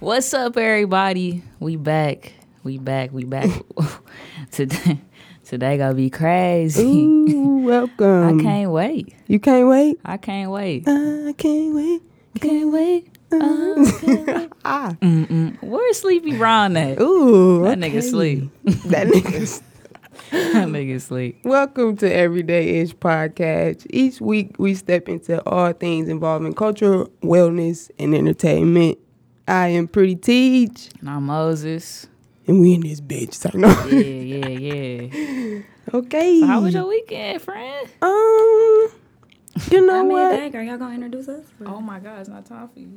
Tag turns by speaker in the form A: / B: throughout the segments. A: What's up, everybody? We back. We back. We back. today, today gonna be crazy.
B: Ooh, welcome.
A: I can't wait.
B: You can't wait.
A: I can't wait.
B: I can't wait.
A: can't wait. I can't wait.
B: Ah.
A: Where's Sleepy Ron at?
B: Ooh.
A: That nigga sleep.
B: That nigga's.
A: That nigga sleep.
B: Welcome to Everyday Ish Podcast. Each week we step into all things involving culture, wellness, and entertainment. I am Pretty Teach,
A: And I'm Moses.
B: and we in this bitch. So no.
A: Yeah, yeah, yeah.
B: okay.
A: How was your weekend, friend?
B: Um, you know
C: I mean,
B: what?
C: dang, are y'all gonna introduce us?
A: Oh my God, it's not time for you.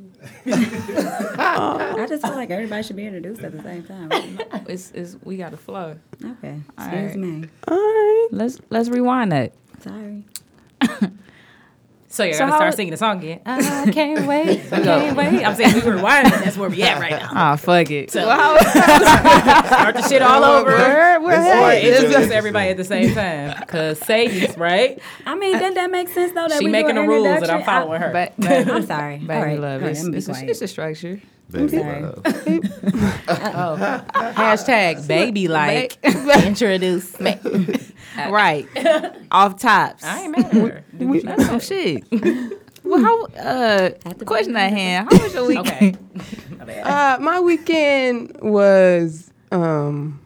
C: I just feel like everybody should be introduced at the same time.
A: It's, it's we gotta flow.
C: Okay, excuse
A: right.
C: me.
B: All right.
A: Let's let's rewind that.
C: Sorry.
D: So you're
A: So
D: gonna
A: how-
D: start singing the song again. I
A: Can't wait.
D: can't wait. I'm saying we were rewinding. That's where we at right now.
A: Ah, fuck it.
D: Start the shit all over.
B: Where, where,
D: Or
B: hey, it's
D: introduce
B: just-
D: everybody at the same time. Cause Sadie's right.
C: I mean, doesn't that make sense though? That
D: She
C: we do
D: making the
C: an
D: rules and I'm
C: introduction?
D: following her.
A: But
C: I, am sorry. All
A: Baby
C: right,
A: love,
C: all right,
A: it's,
C: I'm gonna be
A: it's, a,
C: quiet.
A: it's a structure.
E: Baby
C: sorry.
E: love.
D: Hashtag baby like introduce me.
A: right. Off tops.
D: I ain't mad at her.
A: That's some shit. well, how, uh,
C: At the
A: question at hand, how was your weekend?
D: Okay.
B: Uh, my weekend was um,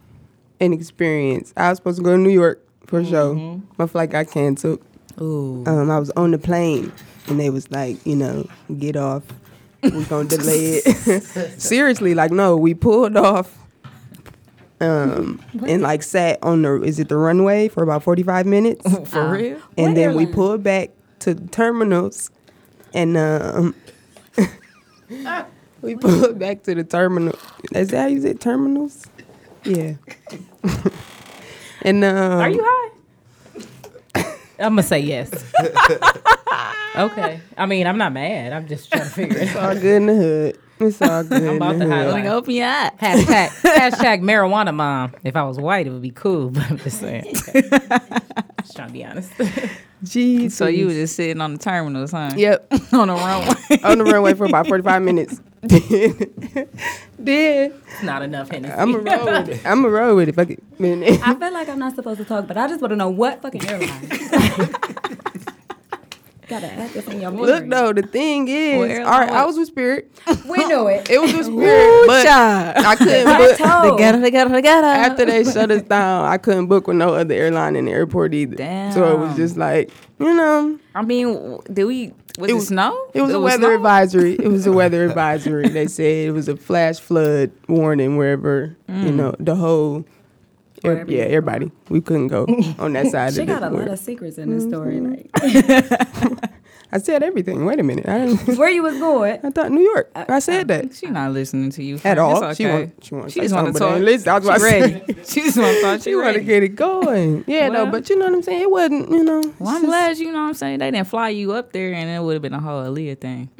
B: an experience. I was supposed to go to New York for a show. My flight got canceled.
D: Ooh.
B: Um, I was on the plane, and they was like, you know, get off. We're gonna delay it. Seriously, like no, we pulled off. Um, and like sat on the is it the runway for about forty five minutes,
A: For real?
B: and then we pulled back to the terminals, and um, we pulled back to the terminal. Is that how you said terminals? Yeah. and um,
D: Are you high? I'm gonna say yes. okay. I mean, I'm not mad. I'm just trying to figure it
B: It's
D: out.
B: all good in the hood. It's all good.
D: I'm about
B: in
D: to
B: the hood.
D: highlight.
A: Like, open your eye.
D: Hashtag, hashtag marijuana mom. If I was white, it would be cool, but I'm just saying. just trying to be honest.
B: Jesus.
A: So you were just sitting on the terminals, huh?
B: Yep.
A: on the runway.
B: on the runway for about 45 minutes. then
D: Not enough Hennessy.
B: I'm a roll with it. I'm a roll with it. Fuck it. Man,
C: I feel like I'm not supposed to talk, but I just want to know what fucking airline. Gotta add this in your
B: Look
C: memory.
B: though, the thing is,
A: Well,
B: all right, I
A: what-
B: was with Spirit.
C: we knew it.
B: It was with Spirit, but I couldn't
C: I
B: book.
C: told.
B: After they shut us down, I couldn't book with no other airline in the airport either. So it was
A: Damn.
B: just like, you know,
A: I mean, w- did we, was it,
B: was-
A: snow?
B: It was a weather
A: snow?
B: advisory. It was a weather advisory. They said it was a flash flood warning wherever you know the whole.
C: Wherever
B: yeah,
C: you go.
B: everybody. We couldn't go on that side
C: She
B: of the
C: got a lot
B: world.
C: of secrets in this story. Like
B: I said everything. Wait a minute. I, didn't,
C: where you was going.
B: I thought New York. I said that
A: She not listening to you.
B: at
A: friend.
B: all.
A: It's
B: She
A: okay.
B: want. She want.
A: She
B: to
A: just
B: say
A: want to
B: something, but I
A: talk.
B: ain't listen. I was about
A: She
B: to say-
A: ready. she just want to talk. She
B: She want to
A: ready.
B: get it going. Yeah,
A: Well-
B: no, but you know what I'm saying. It wasn't. You know.
A: Well, I'm glad you know what I'm saying. They didn't fly you up there, and it would have been a whole Aaliyah thing.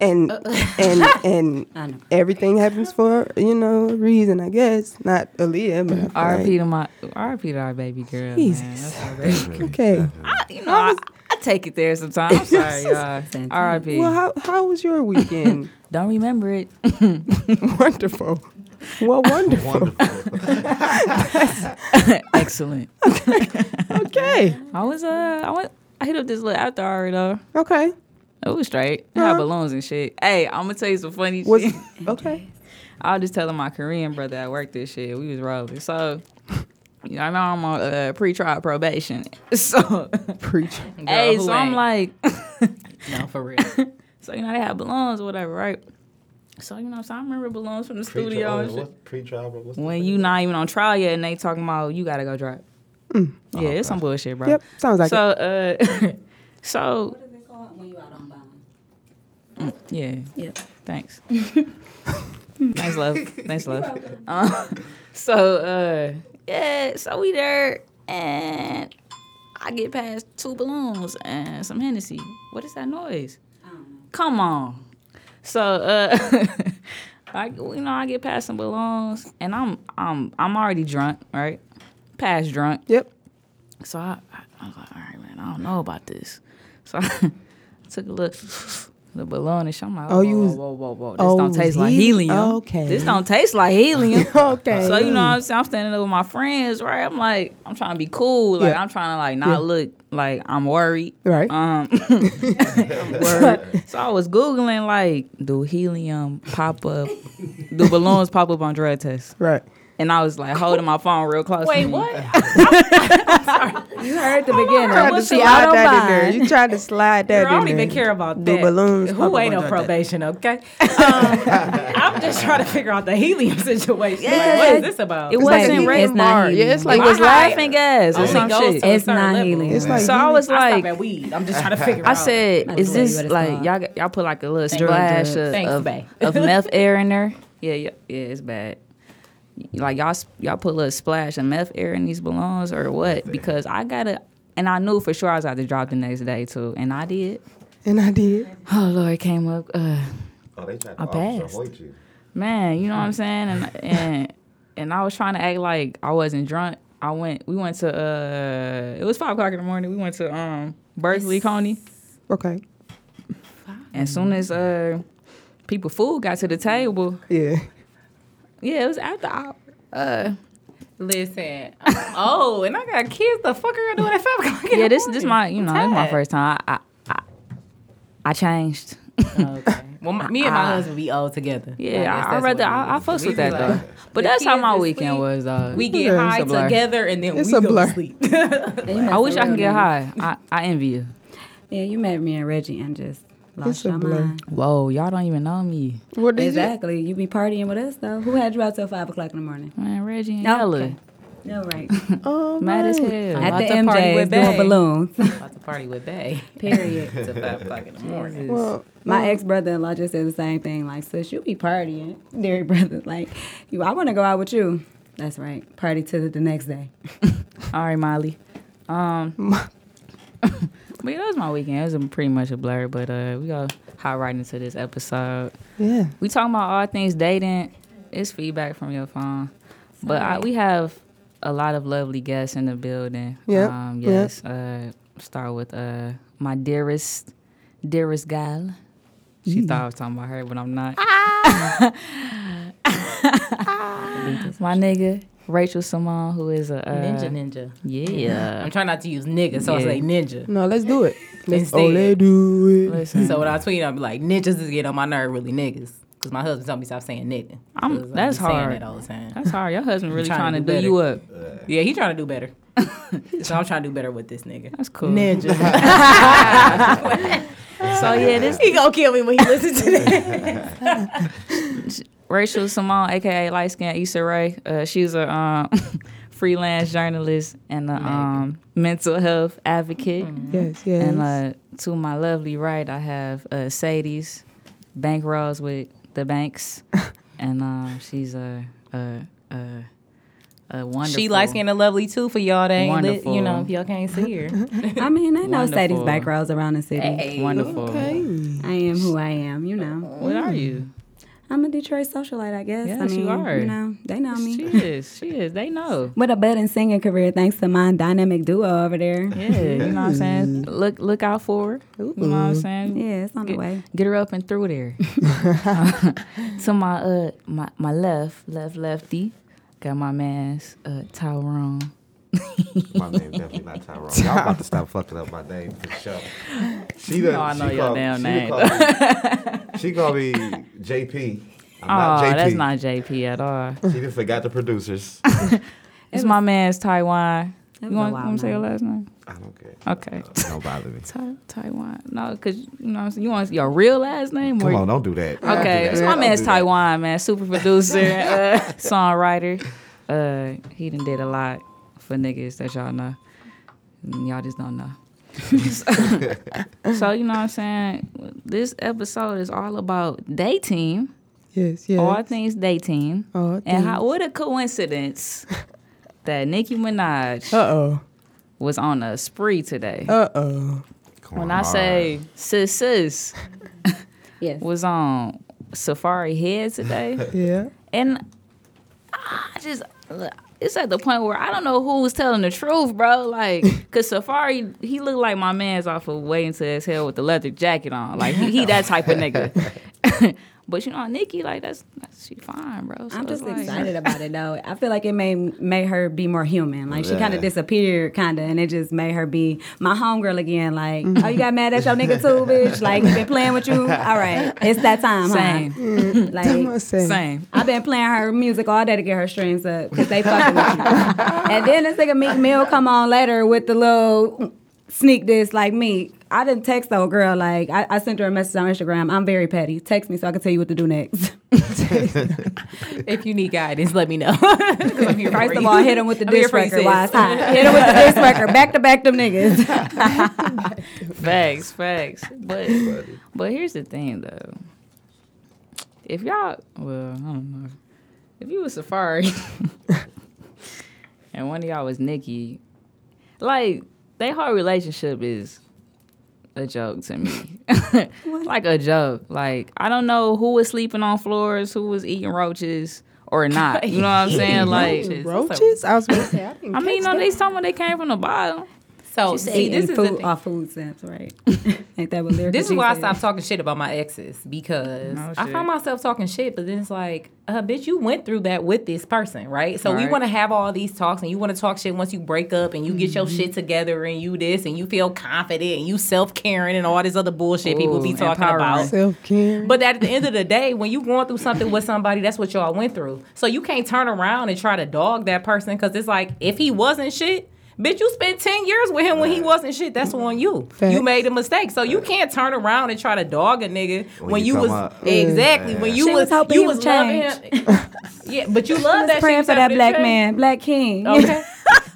B: and and and
C: I know.
B: everything happens for you know a reason. I guess not Aaliyah, but I feel like-
A: R.P. to my R.P. to our baby girl.
B: Jesus.
A: Man. That's our baby.
B: Okay.
A: I, you know, I, I take it there sometimes. I'm sorry, y'all.
C: Same time.
A: R.I.P.
B: Well, how how was your weekend?
A: Don't remember it.
B: wonderful. Well, wonderful.
E: Wonderful.
A: Excellent.
B: Okay.
A: I was uh, I went, I hit up this little after hour though.
B: Okay.
A: It was Oh, straight. They had balloons and shit. Hey, I'm gonna tell you some funny
B: Was
A: shit.
B: okay.
A: I was just telling my Korean brother at work this shit. We was rolling. So, you know, I know I'm on uh, pre-trial probation. So,
B: Preach.
A: hey,
D: who
A: so I'm like.
D: no, for real.
A: So you know they had balloons or whatever, right? So you know, so I remember balloons from the studio.
E: Pre-trial.
A: and shit.
E: What, pre-trial. What, what's the
A: When
E: thing?
A: you not even on trial yet, and they talking about you gotta go drive. Yeah, it's some bullshit, bro.
B: Mm. Yep, sounds like
A: so, uh, so
C: What is it called when you out on bond?
A: yeah.
C: Yep.
A: Thanks. Thanks, love. Thanks, love. Uh, so uh, yeah, so we there, and I get past two balloons and some Hennessy. What is that noise?
C: I don't know.
A: Come on. So uh, I you know I get past some balloons, and I'm I'm I'm already drunk, right? Past drunk.
B: Yep.
A: So I, I, I was like, all right, man, I don't know about this. So I took a look. The balloon and shit. I'm like, oh,
B: Oh, you
A: whoa,
B: was-
A: whoa, whoa, whoa. This
B: oh,
A: don't
B: was
A: taste like
B: helium.
A: helium.
B: Okay.
A: This don't taste like helium.
B: Okay.
A: So you know what I'm saying? I'm standing there with my friends, right? I'm like, I'm trying to be cool. Like
B: Yeah.
A: I'm trying to like not look like I'm worried.
B: Right.
A: Um so I was Googling like, do helium pop up do balloons pop up on drug tests?
B: right.
A: And I was like holding my phone real close. to
D: Wait,
A: me.
D: what?
C: You heard the beginning.
B: tried to
A: what's the
B: slide
D: auto
B: that in
D: buy?
B: there. You tried to slide that
D: Girl, I
B: in
D: don't
B: there.
D: even care about
B: Do
D: that.
B: balloons pop
D: Who
B: up
D: ain't
B: on
D: on
B: your
D: probation? Okay, um, I'm just trying to figure out the helium situation. Like, what is this about?
A: It
D: It
A: wasn't
C: like-
A: rated
C: it's not
A: bar.
C: helium.
A: Yeah, it's like
D: It
A: it was
D: was
A: laughing gas or
D: only
A: some
D: goes
A: shit.
D: to a
C: It's
D: certain
C: not
D: level.
C: helium.
B: It's like
A: So I was
D: I stop
A: like,
D: at weed. I'm just trying to figure
A: I
D: out.
A: said,
C: Not
A: is
C: the way you
A: this
C: would
A: like
C: describe.
A: y'all? Y'all put like a little
D: you.
A: splash of,
D: Thanks,
A: of,
D: bae.
A: of meth air in there. Yeah, yeah, yeah. It's bad. Like y'all, s- y'all put a little splash of meth air in these balloons or what? Because I gotta, and I knew for sure I was out to drop the next day too, and I did.
B: And I did.
A: Oh Lord, it came up. Uh,
E: Oh, they tried
A: I
E: to officer
A: passed.
E: avoid you.
A: man, you know what I'm saying? And and and I was trying to act like I wasn't drunk. I went. We went to. uh It was five o'clock in the morning. We went to um Berkeley Coney.
B: Okay.
A: And as soon as uh people food got to the table,
B: Yeah.
A: yeah, it was after hour. Uh,
D: Listen. Oh, and I got kids. The fuck are you doing at five o'clock? in
A: yeah,
D: the
A: this this my you know this my
D: tired.
A: first time. I I I, I changed.
D: morning? Okay. Well, my- me and my husband, we all together. I
A: Ah. Yeah,
D: guess
A: I, I
D: that's
A: rather
D: what it
A: I, I
D: is.
A: fuss
D: We
A: with
D: be
A: that
D: like,
A: though. But
D: the
A: that's how
D: kids
A: my
D: is
A: weekend
D: sweet.
A: was though.
D: We get
B: Yeah, it's
D: high
A: a blur.
D: together and then
B: It's
D: we
B: a
D: go
B: blur.
D: to sleep.
A: I wish I could get high. I, I envy you.
C: Yeah, you met me and Reggie and just
B: It's
C: lost
B: a
C: your
B: blur.
C: mind.
A: Whoa, y'all don't even know me,
B: What did you?
C: Exactly. You be partying with us though. Who had you out till five o'clock in the morning?
A: man. Reggie and
C: Oh,
A: Ella,
C: okay. No right.
B: Oh,
A: mad as
B: right.
A: hell.
C: At the
D: to party
C: MJ's
D: with
C: doing
D: Bae.
C: balloons.
D: About to party with Bay.
C: Period.
D: Till five o'clock in the morning.
B: Well,
C: My ex brother in law just said the same thing. Like, sis, you be partying, dear brother. Like, you, I want to go out with you. That's right. Party till the next day.
A: All right, Molly. Um, but yeah, that was my weekend. It was a, pretty much a blur, but uh, we gonna hop right into this episode.
B: yeah.
A: We talking about all things dating. It's feedback from your phone, but I, we have a lot of lovely guests in the building.
B: Yep,
A: Um,
B: yep.
A: yes. Uh, start with uh, my dearest, dearest gal. She
B: Mm.
A: thought I was talking about her, but I'm not.
D: Ah.
A: my nigga, Rachel Simone, who is a uh,
D: Ninja, ninja.
A: Yeah.
D: I'm trying not to use nigga, so I
A: Yeah.
D: say ninja.
B: No, let's do it. Let's,
D: Instead.
B: oh, let's do it.
A: Listen,
D: So when I tweet, I'll be like, ninjas is getting on my nerve, really niggas. Because my husband told me stop saying nigga.
A: I'm-
D: 'Cause I
A: that's
D: be saying
A: hard.
D: that all the time.
A: that's hard. Your husband really trying,
D: trying to
A: to, do,
D: do
A: you up.
D: Yeah, he trying to do better. so I'm trying to do better with this nigga.
A: That's cool.
D: Ninja.
A: So Oh, yeah, this
D: he gonna kill me when he listens to that.
A: Rachel Simone, aka light skin Issa Rae. Uh, she's a um, freelance journalist and a um, mental health advocate.
B: Yes, Mm-hmm. yes.
A: And uh, to my lovely right, I have uh, Sadie's bank rolls with the banks, and um, she's a a, a, a wonderful.
D: She light skinned and lovely too for y'all that ain't lit,
A: Wonderful.
D: you know, if y'all can't see her.
C: I mean, I know Sadie's
A: Wonderful.
C: back roads around the city.
A: Wonderful.
C: I am who I am, you know.
A: What are you?
C: I'm a Detroit socialite, I guess. I
A: Yes,
C: mean,
A: you are.
C: You know, they know me.
A: She is. She is. They know.
C: With a budding singing career, thanks to my dynamic duo over there.
A: Yeah, you know what I'm saying. Look, look out for her. You know what I'm saying.
C: Yeah, it's on the
A: Get-
C: way.
A: Get her up and through there. to my uh, my my left, left lefty, got my man's uh, Tyrone.
E: My name definitely not Tyrone. Y'all about to stop fucking up my name for sure. She done,
A: No, I know
E: she
A: your
E: called,
A: damn
E: she
A: name.
E: Called me, she called me JP. I'm not
A: Oh,
E: JP.
A: that's not JP at all.
E: She just forgot the producers.
A: It's my man's Taiwan. You
C: was a
A: want
C: wild
A: to say your
C: name.
A: last name?
E: I don't care.
A: Okay.
E: Don't bother me.
A: Ty- Taiwan. No, because you know what I'm saying? You want your real last name?
E: Come
A: or-
E: on, don't do that.
A: Okay, so my man's Taiwan, man, super producer, uh, songwriter. Uh, he done did a lot for niggas that y'all know. And Y'all just don't know. so you know what I'm saying? This episode is all about dating,
B: Yes, yes.
A: all things dating,
B: All
A: and how what a coincidence that Nicki Minaj
B: Uh
A: was on a spree today.
B: oh. Uh oh.
E: Come
A: when
E: on,
A: I say sis sis
C: Yes.
A: was on Safari Head today.
B: Yeah.
A: And I just, it's at the point where I don't know who's telling the truth, bro. Like, cause Safari, he looked like my man's off of waiting to his hell with the leather jacket on. Like, he, he that type of nigga. but you know, Nikki, like that's, that's she fine, bro. So
C: I'm
A: it's
C: just
A: like-
C: excited about it though. I feel like it made made her be more human. Like she kind
E: Yeah.
C: of disappeared, kind of, and it just made her be my homegirl again. Like, oh, you got mad at your nigga too, bitch. Like, he been playing with you. All right, it's that time,
A: Same.
C: huh? Like,
A: Same.
C: I've been playing her music all day to get her streams up because they fucking with me. And then this nigga Meek Mill come on later with the little sneak this like me. I didn't text the old girl like I, I sent her a message on Instagram. I'm very petty. Text me so I can tell you what to do next.
D: If you need guidance, let me know. 'Cause I'm here for
C: First of
D: you.
C: all, hit him with the
D: I'm here
C: disc
D: for you,
C: record
D: sis.
C: while it's hot. Hit him with the disc record. Back to back them niggas.
A: Facts, facts. But but here's the thing though. If y'all well, I don't know. If you was Safari and one of y'all was Nikki, like their whole relationship is a joke to me. like a joke. Like I don't know who was sleeping on floors, who was eating roaches or not. You know what I'm saying? Like
B: Roaches? I was going to say, I didn't
A: I mean, you know, they someone they came from the bottom.
D: So see, this is the
C: food
D: thing.
C: off food stamps, right? Ain't that what lyrical
D: This is
C: G
D: why I
C: said?
D: stopped talking shit about my exes because
A: No
D: I
A: shit.
D: find myself talking shit, but then it's like, uh, bitch, you went through that with this person, right? So we
A: Right.
D: want to have all these talks, and you want to talk shit once you break up, and you get your
A: Mm-hmm.
D: shit together, and you this, and you feel confident, and you self caring, and all this other bullshit people
A: Ooh,
D: be talking
A: empowering.
D: about.
B: self care.
D: But at the end of the day, when you going through something with somebody, that's what y'all went through. So you can't turn around and try to dog that person because it's like if he wasn't shit, bitch, you spent ten years with him when he wasn't shit. That's on you.
B: Facts.
D: You made a mistake, so you can't turn around and try to dog a nigga when,
E: When
D: you
E: you
D: was
E: come up.
D: exactly when you
C: She
D: was,
C: was hoping
D: you
C: he
D: was
C: would
D: loving him. yeah, but you love that.
C: Just praying
D: shit,
C: for
D: you
C: that
D: happy to
C: black
D: change.
C: man, black king.
D: Okay.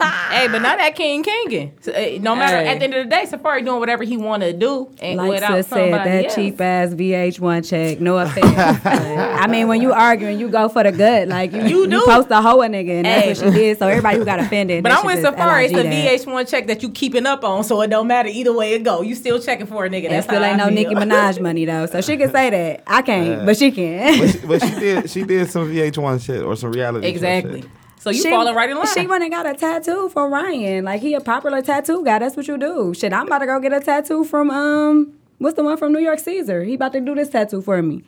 D: hey, but not that King Kingin. So, eh, no matter
A: Hey.
D: at the end of the day, Safari doing whatever he want to do, and
C: Like
D: without
C: sis said,
D: somebody
C: that
D: else.
C: cheap ass VH1 check. No offense. But, I mean, when you arguing, you go for the good. Like you,
D: You
C: you,
D: do.
C: post a hoe a nigga, and
D: Hey.
C: that's what she did. So everybody who got offended.
D: But
C: they
D: I'm
C: should
D: with
C: just
D: Safari. It's the
C: LIG that.
D: VH1 check that you keeping up on, so it don't matter either way it go. You still checking for a nigga.
C: And
D: That's
C: still
D: how
C: ain't
D: I
C: no
D: feel.
C: Nicki Minaj money though, so she can say that. I can't, but she
E: But
C: can.
E: she, but she did. She did some VH1 shit or some reality. show
D: Exactly.
E: shit.
D: So you falling right in line.
C: She went and got a tattoo from Ryan. Like he a popular tattoo guy. That's what you do. Shit, I'm about to go get a tattoo from um, what's the one from New York Caesar? He about to do this tattoo for me.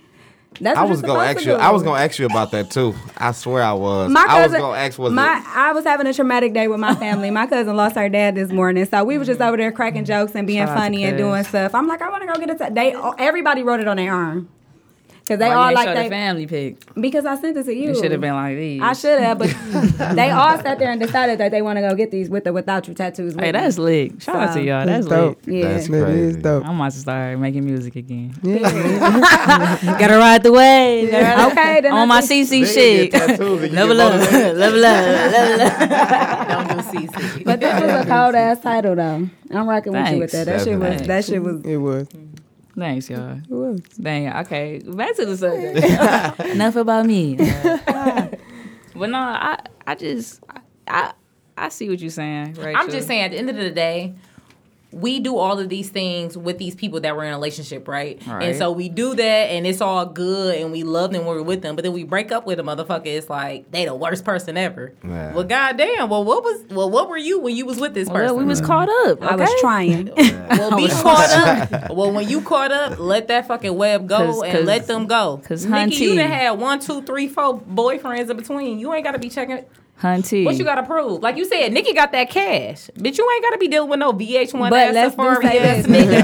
C: That's
E: I
C: what
E: was
C: you're
E: gonna
C: supposed
E: ask
C: to
E: you.
C: do.
E: I was gonna ask you about that too. I swear I was.
C: my
E: I
C: cousin,
E: was gonna ask was
C: my,
E: it
C: I was having a traumatic day with my family. My cousin lost her dad this morning, so we were just over there cracking jokes and being
A: Shout out to
C: funny and
A: cuz.
C: doing stuff. I'm like, I want to go get a tattoo. They all- everybody wrote it on their arm because they
A: Why you
C: all
A: ain't
C: like
A: show the
C: they
A: family pic.
C: because I sent it to you.
A: It should have been like these.
C: I should have, but they all sat there and decided that they want to go get these with or without your tattoos. with
A: Hey, that's
C: me.
A: lit. Shout out to
C: So-
A: y'all. Mm-hmm. That's lit.
B: dope.
C: yeah.
E: That's
B: That is
E: crazy.
B: dope.
A: I'm about to start making music again.
B: Yeah.
A: Gotta ride the wave.
C: okay, then I
A: On my
C: think-
A: CC
E: Nigga
A: shit.
E: get tattoos and you
A: Level up.
E: get
A: Level up. Level up.
D: Don't do CC.
C: But this was a cold ass title though. I'm rocking with you with that. That shit was. That shit was.
B: it was.
A: Thanks, y'all.
B: It was.
A: Dang. Okay. Back to the subject. Enough about me. but no, I, I just, I, I, I see what you're saying. Right.
D: I'm just saying, at the end of the day, we do all of these things with these people that we're in a relationship, right?
A: Right.
D: And so we do that, and it's all good, and we love them when we're with them. But then we break up with a motherfucker. It's like they the worst person ever.
E: Yeah.
D: Well, goddamn. Well, what was? Well, what were you when you was with this
A: Well,
D: person?
A: we was caught up.
C: I was
A: okay?
C: trying.
D: Well, be caught up. Well, when you caught up, let that fucking web go
A: 'Cause-
D: and
A: 'cause-
D: let them go.
A: 'cause
D: Nikki, you
A: hunty.
D: done had one, two, three, four boyfriends in between. You ain't got to be checking
A: hunty.
D: What you gotta prove? Like you said, Nikki got that cash. Bitch, you ain't gotta be dealing with no VH1
C: But
D: ass
C: let's do
D: Safari
C: say
D: ass
C: this.
D: nigga.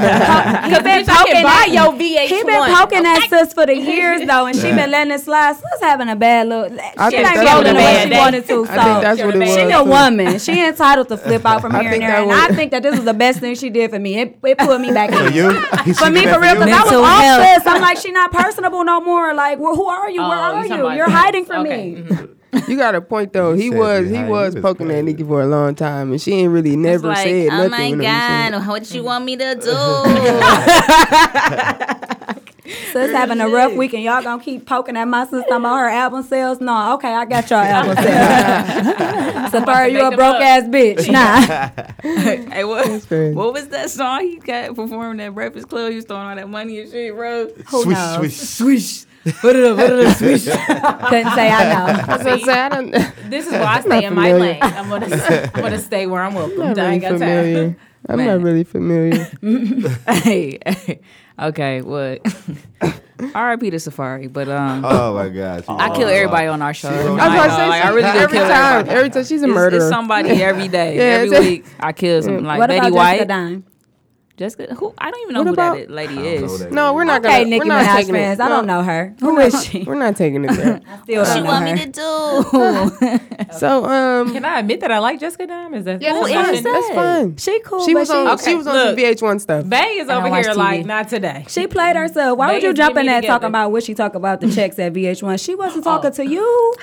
D: Because bitch, I can buy your VH1.
C: He been poking at sis for the years though, and she been letting it slide. Sis having a bad look. She
B: I think
C: ain't
B: that's what
C: rolling the
B: it
C: way
D: was.
C: she wanted to. So
B: I think that's what it was.
C: she a
B: too.
C: woman. She entitled to flip out from
B: I
C: here and
B: think
C: there.
B: that
C: And
B: was-
C: I think that this is the best thing she did for me. It, it put me back in.
E: you?
C: For me, for real, because I was
A: Mental
C: off
A: health.
C: this. I'm like, she not personable no more. Like, well, who are you? Where
D: Oh,
C: are
D: you
C: you?
D: talking about
C: You're
D: this.
C: hiding from
D: Okay. Mm-hmm.
C: me.
B: You got a point though. He
E: said
B: was he
E: behind
B: was
E: you was
B: poking at
E: crazy.
B: Nikki for a long time, and she ain't really
A: It's
B: never
A: like,
B: said
A: oh
B: nothing.
A: my
B: when it was said.
A: god, what you want me to do?
C: Sis having a rough week, and y'all gonna keep poking at my sister about her album sales. No, okay, I got y'all album sales. Safari, you a
D: them
C: broke
D: up.
C: ass bitch. Nah.
A: hey, what,
B: crazy.
A: what was that song he got performed at Breakfast Club? He was throwing all that money and shit, bro.
C: Who
E: Swish,
C: knows?
E: swish,
A: Swish.
C: Couldn't say I know.
B: I was gonna say, I don't-
D: This is why I stay in my
B: familiar.
D: lane. I'm gonna, I'm gonna stay where I'm welcome.
B: I'm not
D: I
B: really
D: ain't got time.
B: familiar. I'm not
A: Man.
B: really familiar.
A: hey, hey. okay, what? R.I.P. to Safari, but um,
E: Oh my gosh.
A: I kill everybody on our show.
E: She wrote-
B: I was
E: I
B: gonna say,
A: like, I
B: she-
A: really do
B: every
A: kill
B: time,
A: everybody.
B: every time she's a
A: It's-
B: murderer.
A: It's, somebody every day,
B: Yeah,
A: every
B: it's-
A: week. I kill something like
C: what
A: Betty
C: about
A: White.
C: Jessica Dime?
A: Jessica, who I don't even know
B: What
A: who
B: about-
A: that lady
E: don't know
A: is.
E: that
B: no,
E: name.
B: we're not gonna.
C: Okay, Nicki
B: we're not
C: Minaj
B: taking
C: fans.
B: it.
C: I don't
B: No,
C: know her. Who is she?
B: We're not taking it there.
C: Still
A: What you
C: don't know
A: want me
C: her.
A: to do?
B: so um,
D: Can I admit that I like Jessica Dime? Is that
B: yeah, that's
D: is that
B: fine.
D: something?
B: That's fine.
C: She cool.
B: She
C: but
B: was on.
D: Okay,
B: She was on some
D: look.
B: VH1 stuff.
D: Bay is
A: I don't
D: over
A: watch
D: here like
A: TV.
D: not today.
C: She played herself. Why would
D: Vegas,
C: you jump
D: get
C: in
D: me
C: that
D: together.
C: talking about what she talk about the checks at VH1? She wasn't talking to you.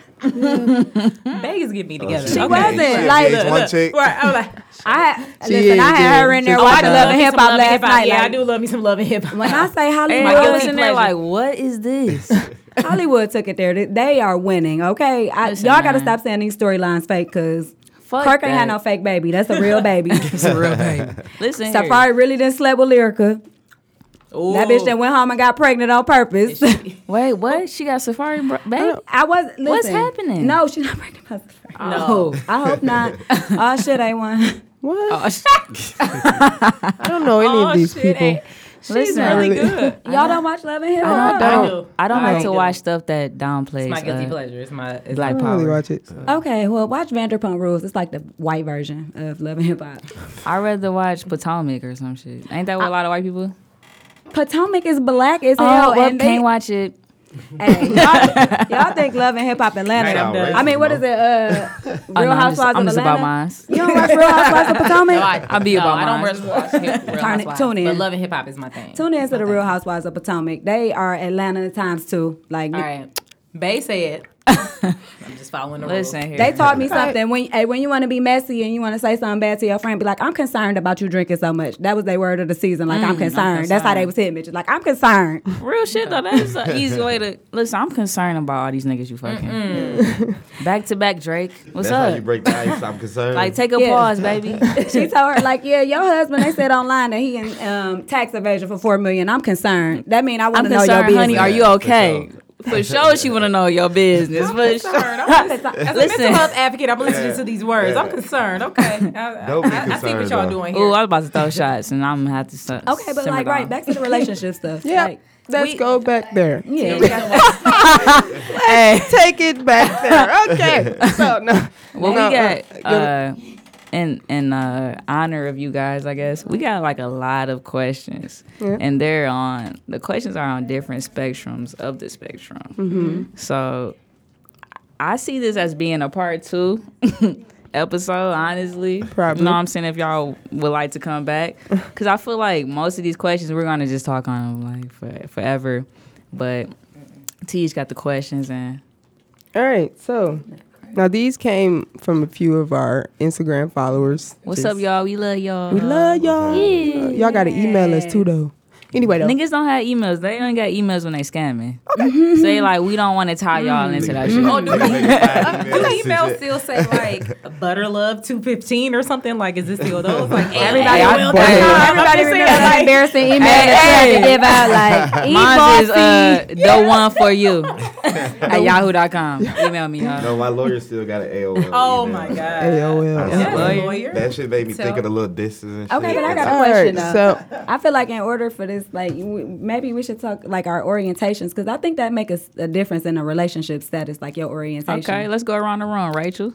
D: Bay is getting
A: Oh,
D: me together.
E: she
D: Okay.
C: wasn't.
E: She a
C: Like-
E: VH1
D: Look,
E: chick.
D: Right, I'm like,
C: I
B: She
C: listen. I
B: is,
C: had
B: yeah.
C: her in there
B: She-
C: watching
D: I
C: Love and
D: me
C: Hip
D: some
C: Hop
D: Love and
C: last
D: Hip Hop.
C: night.
D: Yeah, I
C: like,
D: do love me some love and hip hop.
C: When I say
A: and I was
C: Hollywood,
A: in there
D: pleasure.
A: like, what is this?
C: Hollywood took it there. They- They are winning. Okay, I,
A: Listen,
C: y'all got to
A: man.
C: stop saying these storylines fake because
A: Fuck
C: Kirk ain't had
A: that.
C: no fake baby. That's a real baby.
A: Listen, here.
C: Safari really didn't slept with Lyrica.
D: Ooh.
C: That bitch that went home and got pregnant on purpose.
A: Wait, what? She got Safari bro- baby?
C: I was. Listen,
A: What's happening? Oh.
C: No, she's not pregnant. by Safari.
A: No.
C: I hope not. oh shit, I won.
B: What?
A: Oh, sh-
B: I don't know any
D: Oh,
B: of these
D: shit,
B: people.
D: ain't- She's
A: Listen.
D: really
B: Really?
D: good.
C: Y'all don't watch Love and Hip Hop.
B: I
A: I
B: don't.
D: do.
A: I don't
D: I
A: like to
D: do.
A: watch stuff that downplays
D: My guilty
A: uh,
D: pleasure. It's my it's
A: black
D: my
B: I don't really
A: power.
B: watch it.
C: Okay, well, watch Vanderpump Rules. It's like the white version of Love and Hip Hop.
A: I rather watch Potomac or some shit. Ain't that what a lot of white people?
C: Potomac is black as
A: Oh,
C: hell.
A: well,
C: and they-
A: can't watch it.
C: Hey, y'all, y'all think Love and Hip Hop Atlanta?
E: Now,
D: done.
E: racism,
C: I mean, what is it? Uh,
A: Oh,
C: Real
A: no, I'm
C: Housewives
A: just, I'm
C: of
A: just
C: Atlanta.
A: about mine.
C: you don't watch Real Housewives of Potomac?
A: I be about
D: I don't
A: mine.
D: really watch hip, Real
C: Turn it-
D: Housewives,
C: tune in.
D: But love and hip hop is my thing.
C: Tune in to the Real Housewives of Potomac. They are Atlanta times two. Like
D: All right. Bay said. I'm just following the rules.
A: Listen here.
C: they taught me something. When hey, when you want to be messy and you want to say something bad to your friend, be like, "I'm concerned about you drinking so much." That was their word of the season. Like, I'm, concerned. That's how they was hitting bitches. Like, I'm concerned.
A: Real shit though, that's an easy way to listen. I'm concerned about all these niggas you fucking. Back to back, Drake. What's
E: That's how you
A: up?
E: break the ice. I'm concerned.
A: Like, take a
C: Yeah.
A: pause, baby.
C: she told her like, "Yeah, your husband." They said online that he in um, tax evasion for four million. I'm concerned. That mean I want
A: I'm
C: to know your
A: concerned,
C: business.
A: honey. Are you
E: Yeah, for
A: okay? For sure, she want to know your business. For sure.
D: I'm concerned. As a
A: Listen.
D: mental health advocate, I'm listening to these words. I'm concerned. Okay. I, I-
E: Don't be
D: I- I see what
E: concerned,
D: y'all
E: though.
D: doing here.
A: Ooh, I was about to throw shots, and I'm gonna have to. Start,
C: okay? But like, right back to the relationship stuff.
B: Yeah,
C: Like,
B: let's
A: we-
B: go back there.
C: yeah.
A: Hey,
B: Take it back there. Okay. so no.
A: well,
B: No,
A: we got
B: uh,
A: uh, in in uh, honor of you guys, I guess we got like a lot of questions, and they're on the questions are on different spectrums of the spectrum.
B: Mm-hmm.
A: So I see this as being a part two episode, honestly.
B: Probably.
A: You know what I'm saying? If y'all would like to come back. Because I feel like most of these questions, we're going to just talk on them like for, forever. But T's got the questions and.
B: All right. So now these came from a few of our Instagram followers.
A: What's
B: Just-
A: up, y'all? We love y'all.
B: We love y'all. Y'all got to email us too, though. Anyway, though.
A: Niggas don't have emails. They only got emails when they scamming. Okay. Mm-hmm. Say like we don't want to tie y'all into that shit.
D: Oh, do
E: Take
D: the,
E: five
D: do the
E: emails and
D: email
E: shit.
D: still say like butter love two fifteen or something? Like, is this still those? Like everybody
A: Hey, I-
D: will.
B: but-
D: Hey,
B: Hey,
D: everybody
C: Everybody remember that
D: saying like,
C: embarrassing email
A: Hey,
C: that you had
A: hey.
C: to give out. Like,
A: Mine is uh, the one for you at yahoo.com. Email me, y'all.
E: No, Oh, my lawyer still got an AOL. email.
D: oh my god.
B: AOL.
D: Yes,
A: Lawyer.
D: lawyer.
E: That shit made me
D: So-
E: think of the little distances and shit.
C: okay, but I got
B: All
C: a question
B: right.
C: though.
B: So
C: I feel like in order for this is like w- maybe we should talk like our orientations because I think that make a, s- a difference in a relationship status, like your orientation.
A: Okay, let's go around the room, Rachel.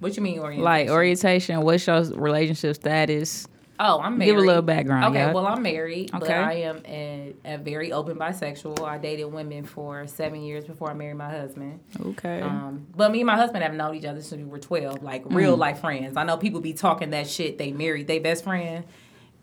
D: What you mean orientation?
A: Like orientation, what's your relationship status?
D: Oh, I'm married.
A: Give a little background,
D: Okay,
A: y'all.
D: well, I'm married, but
A: Okay.
D: I am a, a very open bisexual. I dated women for seven years before I married my husband.
A: Okay.
D: Um, but me and my husband have known each other since we were 12, like real life friends. I know people be talking that shit. They married their best friend.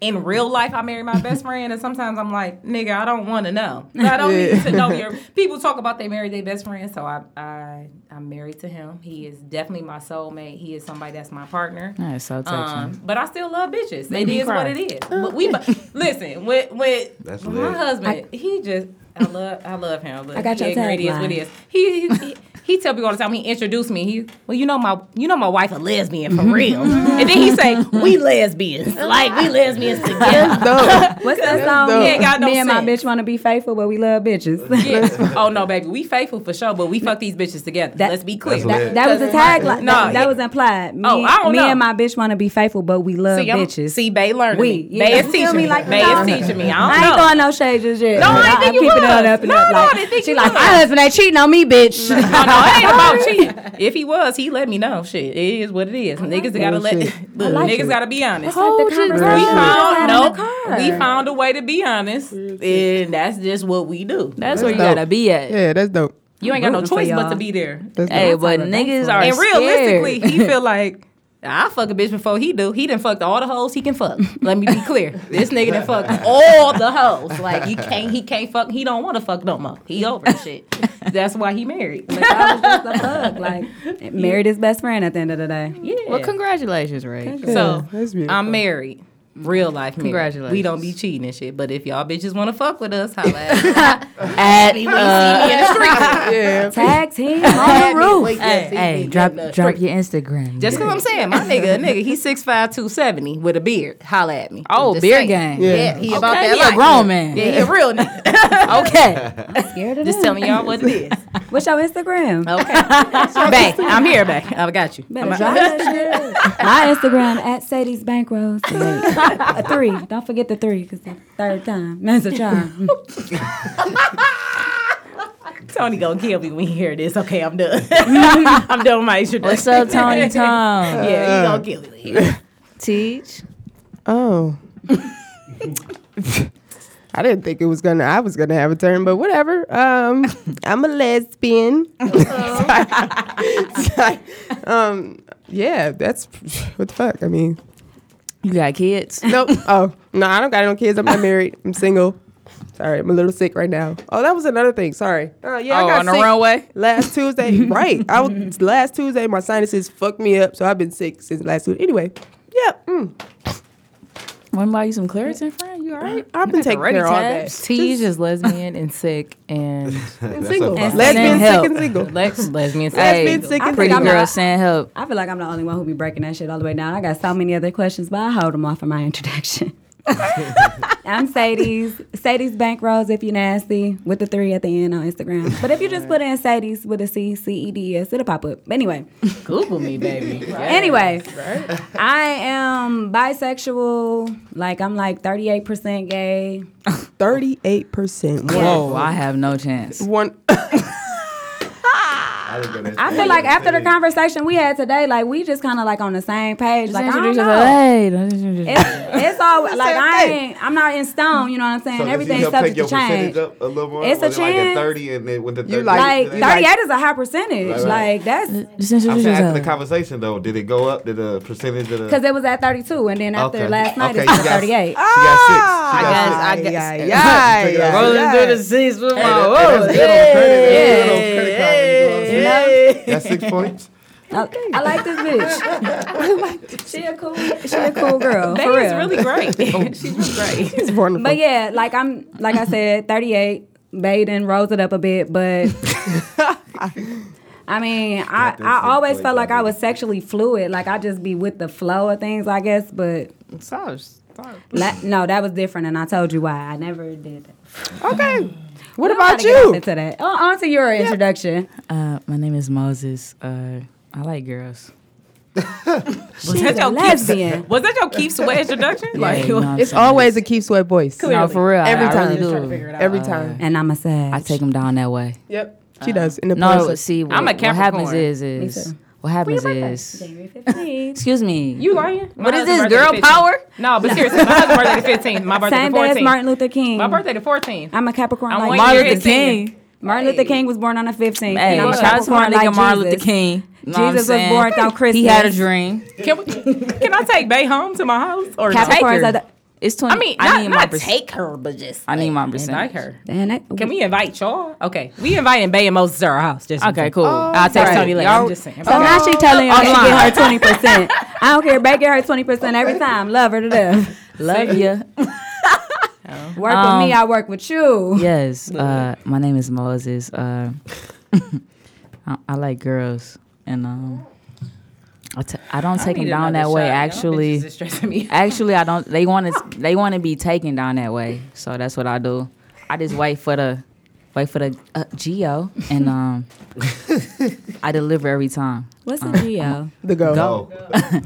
D: In real life, I married my best friend, and sometimes I'm like, nigga, I don't want to know. I don't need to know your people talk about they married their best friend, so I, I I'm married to him. He is definitely my soulmate. He is somebody that's my partner.
A: That is so touching.
D: Um, but I still love bitches.
A: Made
D: It
A: me
D: is
A: cry.
D: what it is. But we listen with with
E: That's
D: with
E: lit.
D: my husband. he just I love I love him. But
C: I got
D: he
C: your
D: ignorant, it is what it
C: tagline.
D: is. He he, he he tell me all the time. He introduced me. He well you know my you know my wife a lesbian for real. and then he say we lesbians like we lesbians together.
B: Dope.
C: What's that song?
D: He ain't got no
C: Me and my
D: sense.
C: bitch want to be faithful, but we love bitches.
D: Yeah. oh no, baby, we faithful for sure, but we fuck these bitches together.
C: That-
D: Let's be clear.
E: That's
C: that, that was the tagline.
D: No,
C: that, that
D: yeah.
C: was implied. Me,
D: Oh, I don't
C: me
D: know.
C: and my bitch want to be faithful, but we love
D: see, I'm-
C: bitches.
D: see, Bay learning.
C: We,
D: me.
C: yeah.
D: Bay is
C: You feel
D: teaching
C: me?
D: me.
C: Like,
D: Bay
C: no.
D: is teaching me. I
C: I
D: don't
C: ain't
D: know.
C: throwing no shades just yet.
D: No, I ain't think
C: I'm
D: you
C: keeping
D: was.
C: it up and
D: No,
C: up.
D: no, I
C: Like,
D: didn't think
C: she
D: you
C: like,
D: was.
C: my husband ain't cheating on me, bitch.
D: No, no, it ain't about cheating. If he was, he let me know. Shit, it is what it is. Niggas gotta let
B: shit.
D: look,
C: like
D: niggas
C: it.
D: gotta be honest.
C: Like the conversation
B: girl.
D: We
B: shit.
D: found
C: no,
D: no, we found a way to be honest, and that's just what we do.
A: That's where you
B: dope.
A: gotta be at.
B: Yeah, that's dope.
D: You ain't got no
C: Rooting for
D: choice but to
C: y'all.
D: be there.
B: That's
A: Hey,
B: dope.
A: but
C: that's
A: niggas
C: what-
A: are
D: And realistically,
A: scared.
D: he feel like I fuck a bitch before he do. He done fucked all the hoes he can fuck. Let me be clear. This nigga done fucked all the hoes. Like he can't, he can't fuck. He don't want to fuck no more. He over the shit. That's why he married. Like,
C: I was just a thug. Like, married his best friend at the end of the day.
D: yeah.
A: Well, congratulations, Ray.
B: Yeah,
D: So
B: that's beautiful.
D: I'm married. Real life married.
A: Congratulations.
D: We don't be cheating and shit. But if y'all bitches want to fuck with us, holla at us.
A: At, uh,
B: yeah.
C: Tag team on the roof.
A: hey, hey, drop, drop your Instagram.
D: Just because I'm saying, my nigga, a nigga, he's 6'5", 270 with a beard. Holla at me.
A: oh,
D: Just
A: beer
D: saying.
A: game.
B: Yeah.
D: Yeah, he about
A: Okay,
D: that
A: he a
D: life.
A: grown man.
D: Yeah, he a real nigga.
A: Okay.
C: Scared of
D: Just
C: that.
D: tell me Oh, y'all what it is.
C: What's your Instagram?
D: Okay. bae, I'm here, bae. I got you.
C: Better drop that shit. My Instagram at Sadie's Bankrolls. A three. Don't forget the three because the third time. Man's a charm.
D: Tony gonna kill me when he hear this. Okay, I'm done. I'm done with my introduction.
A: What's up, Tony Tom?
D: Yeah, he gonna kill me. when he hear it.
A: Teach.
B: Oh. I didn't think it was gonna. I was gonna have a turn, but whatever. Um, I'm a lesbian. Sorry. um, yeah, that's what the fuck. I mean,
A: You got kids?
B: nope. Oh no, I don't got no kids. I'm not married. I'm single. Sorry, I'm a little sick right now. Oh, that was another thing. Sorry. Oh yeah,
A: Oh,
B: I got
A: on the
B: sick
A: runway?
B: last Tuesday. right. I was last Tuesday. My sinuses fucked me up, so I've been sick since last Tuesday. Anyway, yeah. Mm.
A: Want to buy you some Claritin, friend? You all right?
B: I've been taking care of all that.
D: Teej is lesbian and sick and
E: That's
B: single.
E: a vibe.
B: Lesbian,
A: Send
B: sick,
A: help.
B: and single.
D: lex- lesbian.
B: Lesbian,
D: Hey,
B: sick,
C: I
B: and
C: think
A: Pretty
B: single.
C: I'm
A: girl
C: not-
A: saying help.
C: I feel like I'm the only one who be breaking that shit all the way down. I got so many other questions, but I hold them off for my introduction. I'm Sadie's Sadie's Bankrolls if you nasty with the three at the end on Instagram. But if you just put in Sadie's with a C C E D S, it'll pop up. But anyway,
D: Google me, baby.
C: anyway, I am bisexual. Like I'm like 38% gay.
B: Thirty-eight percent.
A: Whoa, Oh, I have no chance.
B: One.
E: I didn't know
C: I
E: that's-
C: feel like after the conversation we had today, like we just kind of like on the same page. Like I don't know.
A: Hey,
C: It's, it's all like I
B: thing.
C: ain't. I'm not in stone. You know what I'm saying?
E: So does he
C: Everything's
E: help
C: subject
E: take your
C: to change.
E: percentage up a little more?
C: It's a
E: Was it Like
C: chance.
E: a 30 and then with the 30
B: You
C: Like
B: like-
C: 38
B: like-
C: is a high percentage.
E: Right, right.
C: Like that's
E: I'm saying after the conversation though, did it go up? Did the percentage of the
C: because it was at 32, and then after
E: Okay.
C: last night it
E: Okay,
C: was
E: you
C: at
E: got-
C: 38.
E: She got six.
C: Ah,
E: She got
A: guess-
E: six.
A: I guess-
B: yeah, yeah,
E: Take it out.
B: yeah,
E: Rolling
B: yeah.
A: six with
E: Hey, that-
A: my
E: that's good on credit. That's good on credit card, you know what I'm saying? That's six points.
C: I, I like this bitch. I like she a cool. She a cool girl. for
D: Baby's
C: real.
D: really great. She's really great.
B: It's wonderful.
C: But yeah, like I'm, like I said, 38. Bae done rose it up a bit, but I mean, I,
E: Nothing
C: I always
E: seems
C: felt like
E: like
C: I was sexually fluid. Like I just be with the flow of things, I guess. But la- no, that was different, and I told you why. I never did. That.
B: Okay. What
C: We don't
B: about
C: gotta get
B: you?
C: Into that. On, on to your introduction.
A: Uh, my name is Moses. Uh, I like girls.
D: Was
C: She's
D: that
C: a
D: your Keith-
C: lesbian.
D: Was that your Keith Sweat introduction? Like,
B: It's always a Keith Sweat voice.
D: Clearly.
A: no, for real.
B: Every
A: I
B: time.
A: really
B: Just
D: trying to figure
A: do.
D: it out.
B: Every time.
C: And I'm a sad.
A: I take them down that way.
B: Yep. She does. In the
A: No,
B: process.
A: see, what,
D: I'm a
A: what happens
D: Capricorn.
A: is is what happens is.
C: January 15th.
A: Excuse me.
D: You lying? My
A: What is
D: husband's
A: this,
D: birthday
A: girl
D: the 15th.
A: power?
D: No, but seriously, my husband's birthday the fifteenth. My birthday
C: Same
D: the
C: day as
D: fourteenth.
C: Martin Luther King.
D: My birthday the fourteenth.
C: I'm a Capricorn
D: I'm
C: like
D: one
C: you.
D: year
A: Martin Luther
D: his senior.
A: King.
C: Martin Luther King was born on the 15th.
A: Hey,
C: and I'm a
A: shout out to my
C: Capricorn
A: nigga
C: like
A: Martin Luther
C: Jesus.
A: King. Know what I'm
C: Jesus was
A: saying?
C: born through
A: He
C: Christmas.
A: had a dream.
D: Can, we- can I take Bay home to my house or no?
A: Take
C: Capricorns
A: her.
C: are the-
A: It's twenty.
D: I mean,
A: I
D: not,
A: need my
D: not
A: perc-
D: take her, but just
A: I need my
D: and
A: percentage.
D: like her.
C: Damn, that,
D: Can we invite y'all? Okay, we inviting Bay and Moses to our house. Just Oh,
A: Okay, cool.
D: I'll text
A: Right.
D: Tony later.
A: Y'all-
D: I'm just saying.
C: So now she telling y'all to get her twenty percent. I don't care. Back get her twenty percent every time. Love her to death.
A: Love you.
C: Work with me. I work with you.
A: Yes. Uh, my name is Moses. Uh, I, I like girls, and um, I, t- I don't take them down that way. Actually, actually, I don't. They want to. They want to be taken down that way. So that's what I do. I just wait for the, wait for the uh, geo, and um, I deliver every time.
C: What's a geo?
B: The go.
E: Oh,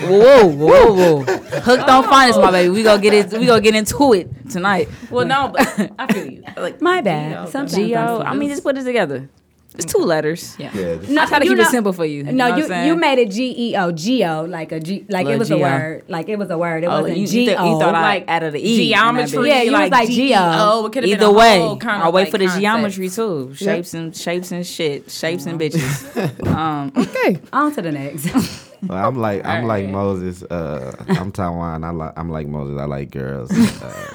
A: Whoa, whoa, whoa! Hooked on
D: Oh.
A: finance, my baby. We gonna get it. We gonna get into it tonight.
D: Well, no, but I feel you. Like,
C: My bad. Sometimes I'm
A: Geo. I
C: slow.
A: mean, just put it together. It's two letters. Yeah.
E: yeah. Just,
C: No,
A: I try to
C: you
A: keep
C: know-
A: it simple for you.
C: No,
A: know
C: you
A: what I'm
C: you
A: saying?
C: made it G E O geo like a G like
A: Little
C: it was a
A: Geo.
C: word like it was a word. It
A: Oh,
C: wasn't
A: you- you
C: G
A: think- you
C: O.
A: thought I
C: Like
D: like
A: added an E in that
D: geometry.
A: bit.
C: Yeah, you was like
D: Oh, it could have been
A: Either
D: a
A: way,
D: whole kind
A: I
D: of
A: wait
D: like
A: for the
D: concept.
A: geometry too. Shapes and shapes and shit. Shapes and bitches. um,
B: Okay.
C: on to the next.
E: well, I'm like I'm like Moses. Uh, I'm Taiwan. I like I'm like Moses. I like girls. Uh,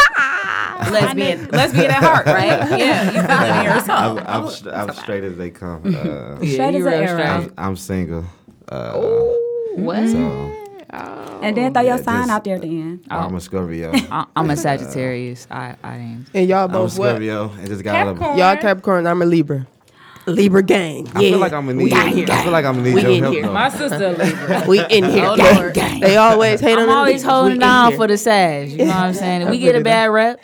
D: lesbian, lesbian at heart, right? yeah, you feel it in yourself.
E: I'm, I'm, str- I'm straight as they come. Uh,
A: yeah,
C: Straight
A: you
C: as an
A: real
C: arrow.
A: straight.
E: I'm, I'm single. Uh,
A: What?
B: Mm-hmm.
E: so
C: And then throw your
A: Oh,
E: Yeah,
C: sign
E: just-
C: out there at the end.
E: I'm a Scorpio.
C: Uh,
A: I, I'm a Sagittarius. I I am.
B: And y'all
E: I'm a
B: both what?
E: Scorpio. And just got out of.
D: Capricorn.
B: Y'all Capricorn. I'm a Libra. Libra gang.
E: I feel like I'm gonna need. I feel like I'm gonna need
B: in
E: your help.
B: here.
E: Though.
D: My sister, a Libra.
B: we in here.
D: Oh,
B: gang,
D: Lord.
B: gang. They always hate on
A: I'm
B: them
A: always
B: niggas. We
A: holding
B: in
A: down
B: here.
A: for the Sag. You know what I'm saying? We
B: figured
A: get a
B: it
A: bad rep.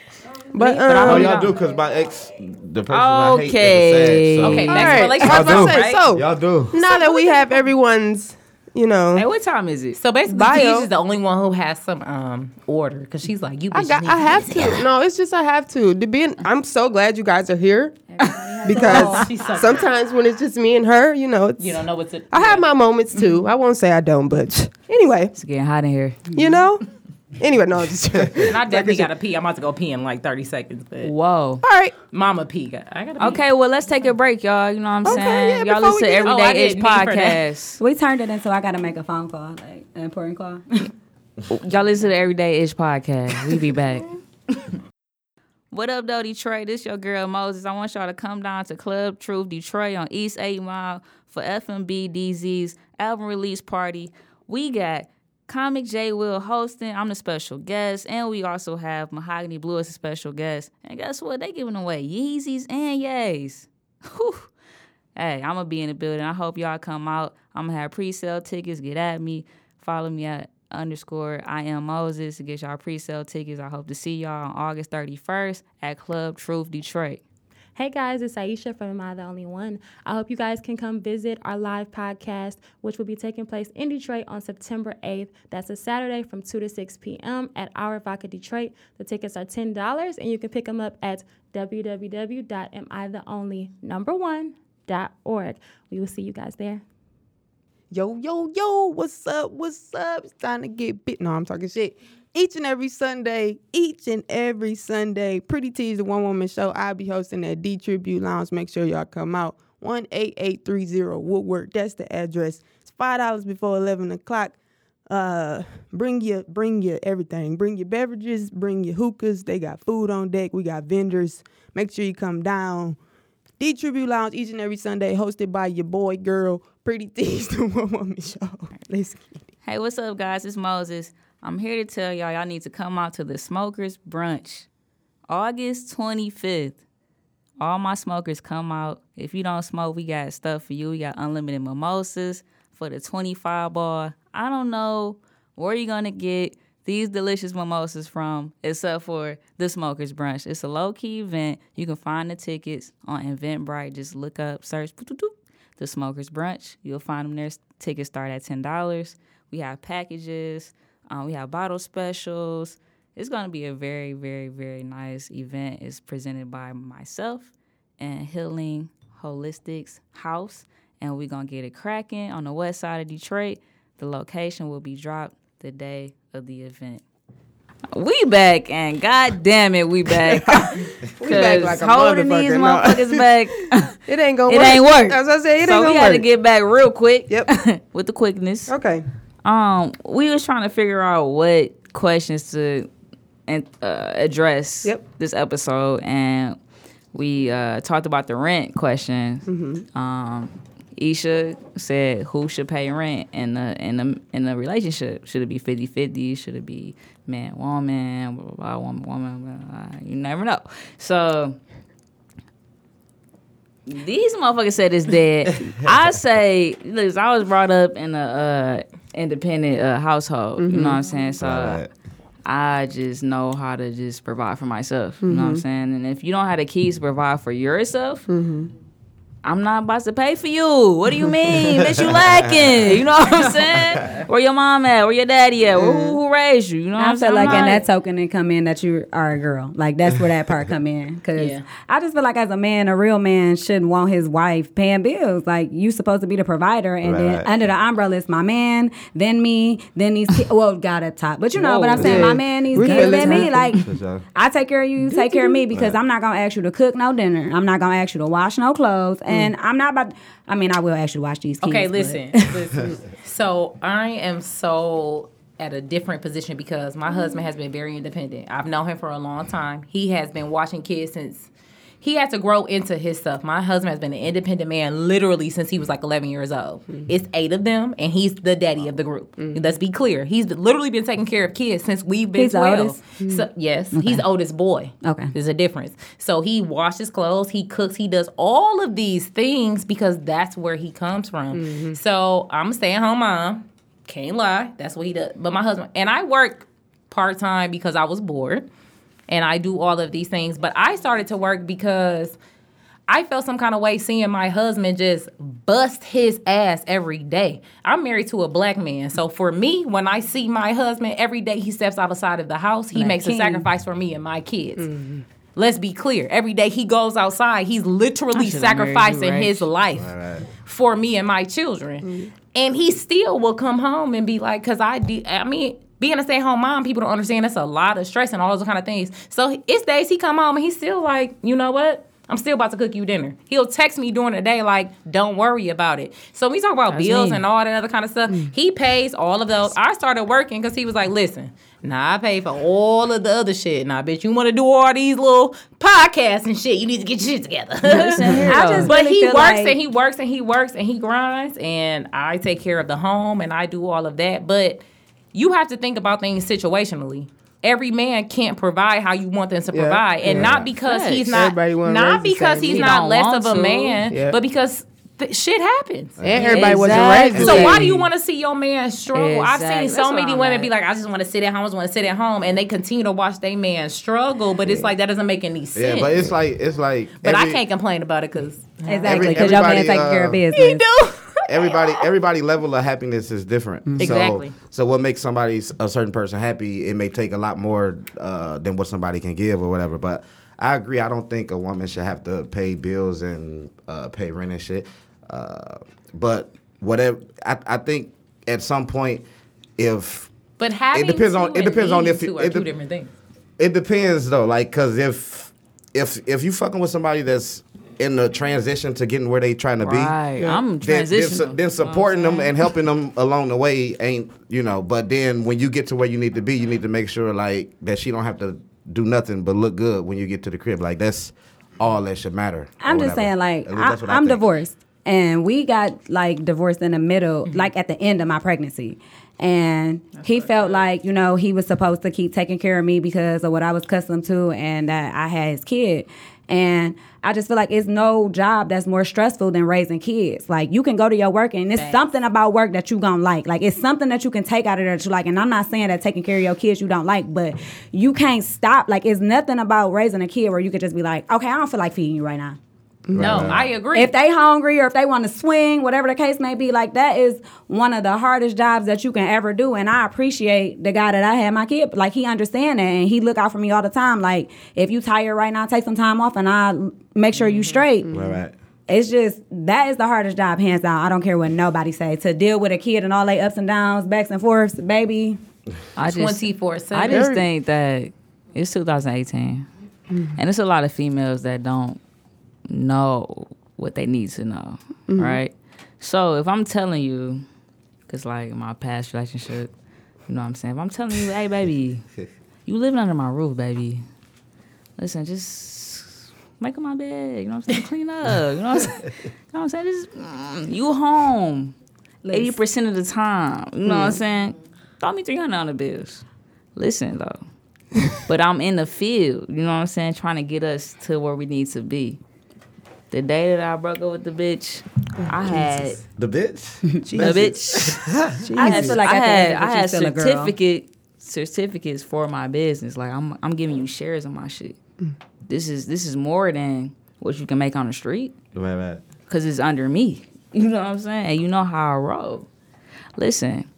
B: But,
A: but I
E: Oh,
B: um,
A: hold-
E: y'all do because my ex, the person I hate,
A: Okay.
E: is a Sag, so-
D: Okay,
B: all
D: next
B: right.
D: relationship,
B: I was about to say,
D: right?
B: so
E: Y'all do.
B: now that we have everyone's, you
A: Hey,
B: know,
A: what time is it?
D: So basically,
B: Bio.
D: Tanisha's the only one who has some um order because she's like, you.
B: I
D: bitches
B: got,
D: need
B: I
D: to
B: have to. No, it's just I have to. To be, in, I'm so glad you guys are here because
D: Oh, She's so-
B: sometimes when it's just me and her, you know, it's,
D: You don't know Mm-hmm. what to.
B: I have my moments too. I won't say I don't, but anyway,
A: It's getting hot in here.
B: you know. Anyway, no, just all
D: And I definitely gotta pee. I'm about to go pee in like 30 seconds, but
A: Whoa.
B: right.
D: Mama pee. got- I gotta. Pee.
A: Okay, well, let's take a break, y'all. You know what I'm
B: Okay,
A: saying?
B: yeah,
A: y'all
B: before
A: listen
B: we
A: to
B: get-
D: Oh, I
A: Everyday Ish
D: didn't mean for that.
A: Podcast.
C: We turned it into I gotta make a phone call, like an important call.
A: y'all listen to Everyday Ish Podcast. We be back. What up, though, Detroit? This your girl Moses. I want y'all to come down to Club Truth Detroit on East 8 Mile for FMB DZ's album release party. We got Comic J Will hosting. I'm the special guest. And we also have Mahogany Blue as a special guest. And guess what? They giving away Yeezys and Yays. Whew. Hey, I'm gonna be in the building. I hope y'all come out. I'm gonna have pre-sale tickets. Get at me. Follow me at underscore I am Moses to get y'all pre-sale tickets. I hope to see y'all on August 31st at Club Truth Detroit.
F: Hey guys, it's Aisha from Am I the Only One? I hope you guys can come visit our live podcast, which will be taking place in Detroit on September 8th. That's a Saturday from 2 to 6 p.m. at Our Vodka Detroit. The tickets are $10 and you can pick them up at www.amitheonlynumber1.org. We will see you guys there.
B: Yo, yo, yo, what's up? What's up? It's time to get bit. No, I'm talking shit. Each and every Sunday, each and every Sunday, Pretty T is the one woman show. I'll be hosting at D Tribute Lounge. Make sure y'all come out. 18830 Woodward. That's the address. It's $5 before 11 o'clock. Uh, bring your bring your everything. Bring your beverages, bring your hookahs. They got food on deck. We got vendors. Make sure you come down. The Tribute Lounge each and every Sunday, hosted by your boy, girl, Pretty Things, the One Woman Show. Let's get it.
A: Hey, what's up, guys? It's Moses. I'm here to tell y'all y'all need to come out to the Smokers Brunch, August 25th. All my smokers come out. If you don't smoke, we got stuff for you. We got unlimited mimosas for the 25 bar. I don't know where you're going to get these delicious mimosas from, except for the Smokers Brunch. It's a low key event. You can find the tickets on Eventbrite. Just look up, search boop, boop, boop, the Smokers Brunch. You'll find them there. Tickets start at $10. We have packages. Um, we have bottle specials. It's going to be a very, very, very nice event. It's presented by myself and Healing Holistics House, and we're going to get it cracking on the west side of Detroit. The location will be dropped the day of the event. We back and god damn it, we back. we
B: back like a
A: holding these
B: motherfucker,
A: motherfuckers back.
B: It ain't gonna.
A: it
B: work.
A: ain't work.
B: As I said, it
A: so
B: ain't
A: we
B: gonna
A: had
B: work.
A: to get back real quick.
B: Yep.
A: with the quickness.
B: okay.
A: Um, we was trying to figure out what questions to and, uh, address
B: Yep.
A: this episode, and we uh, talked about the rent question.
B: Mm-hmm.
A: Um, Isha said, "Who should pay rent in the in the in the relationship? Should it be 50-50? Should it be man woman? Blah blah blah, woman woman. Blah, blah, blah. You never know." So. These motherfuckers said it's dead. I say, look, I was brought up in a uh, independent uh, household. You know what I'm saying? So
E: Right.
A: I just know how to just provide for myself. You know what I'm saying? And if you don't have the keys to provide for yourself, I'm not about to pay for you. What do you mean? Bitch, you lacking. You know what I'm saying? Where your mom at? Where your daddy at? Who, who raised you? You know what
C: I
A: I'm saying?
C: feel like
A: I'm
C: in
A: not-
C: that token it come in that you are a girl. Like that's where that part come in. Cause
A: Yeah.
C: I just feel like as a man, a real man shouldn't want his wife paying bills. Like you supposed to be the provider, and then
E: Right.
C: under the umbrella it's my man, then me, then these. Ki- well, got up top, but you know. But I'm saying
B: Yeah.
C: my man, these
B: We
C: kids,
B: feel
C: then
B: it.
C: me. Like
E: For sure.
C: I take care of you, you take care of me because I'm not gonna ask you to cook no dinner. I'm not gonna ask you to wash no clothes, and I'm not about. I mean, I will ask you to wash these kids.
D: Okay,
C: but-
D: listen, listen. So I am so at a different position because my husband has been very independent. I've known him for a long time. He has been watching kids since he had to grow into his stuff. My husband has been an independent man literally since he was like 11 years old.
C: Mm-hmm.
D: It's eight of them, and he's the daddy of the group. Let's be clear. He's literally been taking care of kids since we've been
C: He's the
D: 12.
C: oldest? Mm-hmm.
D: So, yes, he's oldest boy.
C: Okay.
D: There's a difference. So he washes clothes, he cooks, he does all of these things because that's where he comes from.
C: Mm-hmm.
D: So I'm a stay at home mom. Can't lie. That's what he does. But my husband and I work part time because I was bored and I do all of these things. But I started to work because I felt some kind of way seeing my husband just bust his ass every day. I'm married to a black man. So for me, when I see my husband every day he steps outside of the house, he makes a
C: king.
D: sacrifice for me and my kids. Let's be clear. Every day he goes outside, he's literally
A: should've married you,
D: sacrificing
A: right?
D: his life for me and my children. And he still will come home and be like, because I did, I mean, being a stay at home mom, people don't understand that's a lot of stress and all those kind of things. So it's days he come home and he's still like, you know what? I'm still about to cook you dinner. He'll text me during the day like, "Don't worry about it." So we talk about bills
A: me.
D: and all that other kind of stuff. He pays all of those. I started working because he was like, "Listen, now I pay for all of the other shit. Now, bitch, you want to do all these little podcasts and shit? You need to get your shit together."
C: I just
D: but
C: really
D: he
C: feel
D: works
C: like-
D: and he works and he works and he grinds and i take care of the home and i do all of that but you have to think about things situationally every man can't provide how you want them to
B: Yeah.
D: provide and
B: Yeah.
D: not because
A: Facts.
D: he's not
B: Everybody wasn't
D: not
B: raised the
D: because
B: same.
D: he's
A: He
D: not
A: don't
D: less
A: want
D: of a
A: to.
D: man
B: Yeah.
D: but because th- shit happens
B: And everybody wasn't raised.
D: so
B: the
D: why
B: same.
D: do you want to see your man struggle? I've
A: Exactly.
D: seen so
A: That's where
D: many
A: I'm
D: women
A: at.
D: be like, "I just want to sit at home, I just want to sit at home," and they continue to watch their man struggle. But it's like that doesn't make any sense.
E: Yeah, but it's like it's like.
D: But I
E: every-
D: can't complain about it because
C: Exactly,
E: Every-
C: because your man
E: everybody,
C: taking care of
E: uh,
C: business.
E: Everybody, everybody level of happiness is different. So-
D: Exactly.
E: So, what makes somebody a certain person happy, it may take a lot more uh, than what somebody can give or whatever. But I agree. I don't think a woman should have to pay bills and uh, pay rent and shit. Uh, but whatever, I, I think at some point, if
D: But having
E: depends
D: two
E: on- it
D: and
E: depends on
D: being
E: if you-
D: two are
E: it
D: two
E: de-
D: different things.
E: It depends though, like, cause if if if you fucking with somebody that's in the transition to getting where they trying to
A: Right.
E: be,
A: I'm
E: then, then, su-
A: transitioning.
E: then supporting them and helping them along the way ain't you know. But then when you get to where you need to be, you need to make sure like that she don't have to do nothing but look good when you get to the crib. Like that's all that should matter. or
C: I'm just
E: whatever.
C: saying, like,
E: At least
C: I,
E: that's what I
C: I'm
E: think.
C: divorced, and we got like divorced in the middle, like at the end of my pregnancy. And he felt like, you know, he was supposed to keep taking care of me because of what I was accustomed to and that I had his kid. And I just feel like it's no job that's more stressful than raising kids. Like you can go to your work and it's something about work that you gonna like. Like it's something that you can take out of there that you like. And I'm not saying that taking care of your kids you don't like, but you can't stop. Like it's nothing about raising a kid where you could just be like, okay, I don't feel like feeding you right now
D: No,
E: Right.
D: I agree.
C: If they hungry or if they want to swing, whatever the case may be, like that is one of the hardest jobs that you can ever do. And I appreciate the guy that I had my kid. Like he understand that and he look out for me all the time. Like if you tired right now, take some time off and I will make sure you straight.
E: All right.
C: It's just that is the hardest job, hands down. I don't care what nobody say. To deal with a kid and all they ups and downs, backs and forths, baby.
A: I just
D: 24/7.
A: I just think that it's 2018, and it's a lot of females that don't know what they need to know, right? So if I'm telling you, because like my past relationship, you know what I'm saying? If I'm telling you, hey, baby, you living under my roof, baby. Listen, just make up my bed. You know what I'm saying? Clean up. You know what I'm saying? you know what I'm saying? Just, mm, you home eighty percent of the time. You know what I'm saying? Throw me three hundred on the bills. Listen though, but I'm in the field. You know what I'm saying? Trying to get us to where we need to be. The day that I broke up with the bitch, I had
E: The bitch.
A: the bitch. I
C: I
A: had,
C: just feel like
A: I
C: at the
A: had,
C: end of it,
A: I
C: you
A: had
C: still a girl.
A: certificate certificates for my business. Like I'm I'm giving you shares of my shit.
C: Mm.
A: This is this is more than what you can make on the street
E: right, right.
A: because it's under me. You know what I'm saying? And you know how I roll. Listen,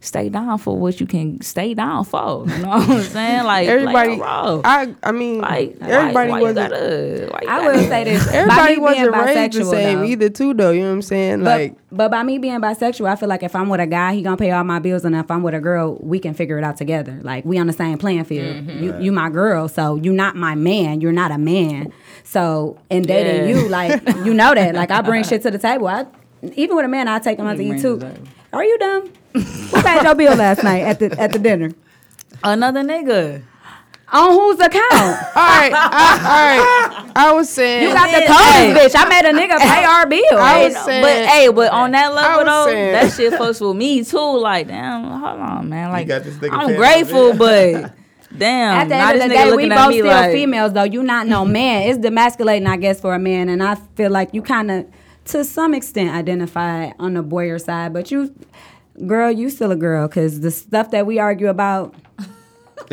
A: stay down for what you can stay down for. You know what I'm saying? Like
B: Everybody,
A: play a role.
B: I, I mean,
A: like
B: everybody
A: why, why
B: wasn't.
A: You gotta, why you
C: I
A: gotta-
C: will say this. by
B: Everybody
C: me
B: wasn't
C: being
B: raised the
C: bisexual,
B: same
C: though,
B: either, too. Though you know what I'm saying?
C: But,
B: like,
C: but by me being bisexual, I feel like if I'm with a guy, he gonna pay all my bills, and if I'm with a girl, we can figure it out together. Like we on the same playing field.
A: Mm-hmm.
C: You, you my girl, so you not my man. You're not a man. So in dating
A: Yeah.
C: you, like you know that. Like I bring shit to the table. I even with a man, I take him out to
A: You bring
C: eat too.
A: it to the table.
C: Are you dumb? Who paid your bill last night at the at the dinner?
A: another nigga.
C: On whose account?
B: all right, I, all right. I was saying,
C: You got the
A: Hey.
C: coldest bitch. I made a nigga pay our bill.
B: I was
A: But
B: saying,
A: hey, but on that level
B: was
A: though,
B: saying-
A: that shit fucks with me too. Like damn, hold on, man. Like
E: got this nigga
A: I'm
E: fed
A: grateful,
E: up,
A: but damn,
C: at the
A: Um, now
C: end of the
A: this nigga
C: day, we
A: looking at
C: both
A: me
C: still
A: like-
C: females, though. You not no man. It's demasculating, I guess, for a man. And I feel like you kind of, to some extent, identify on the boyer side. But you, girl, you still a girl because the stuff that we argue about,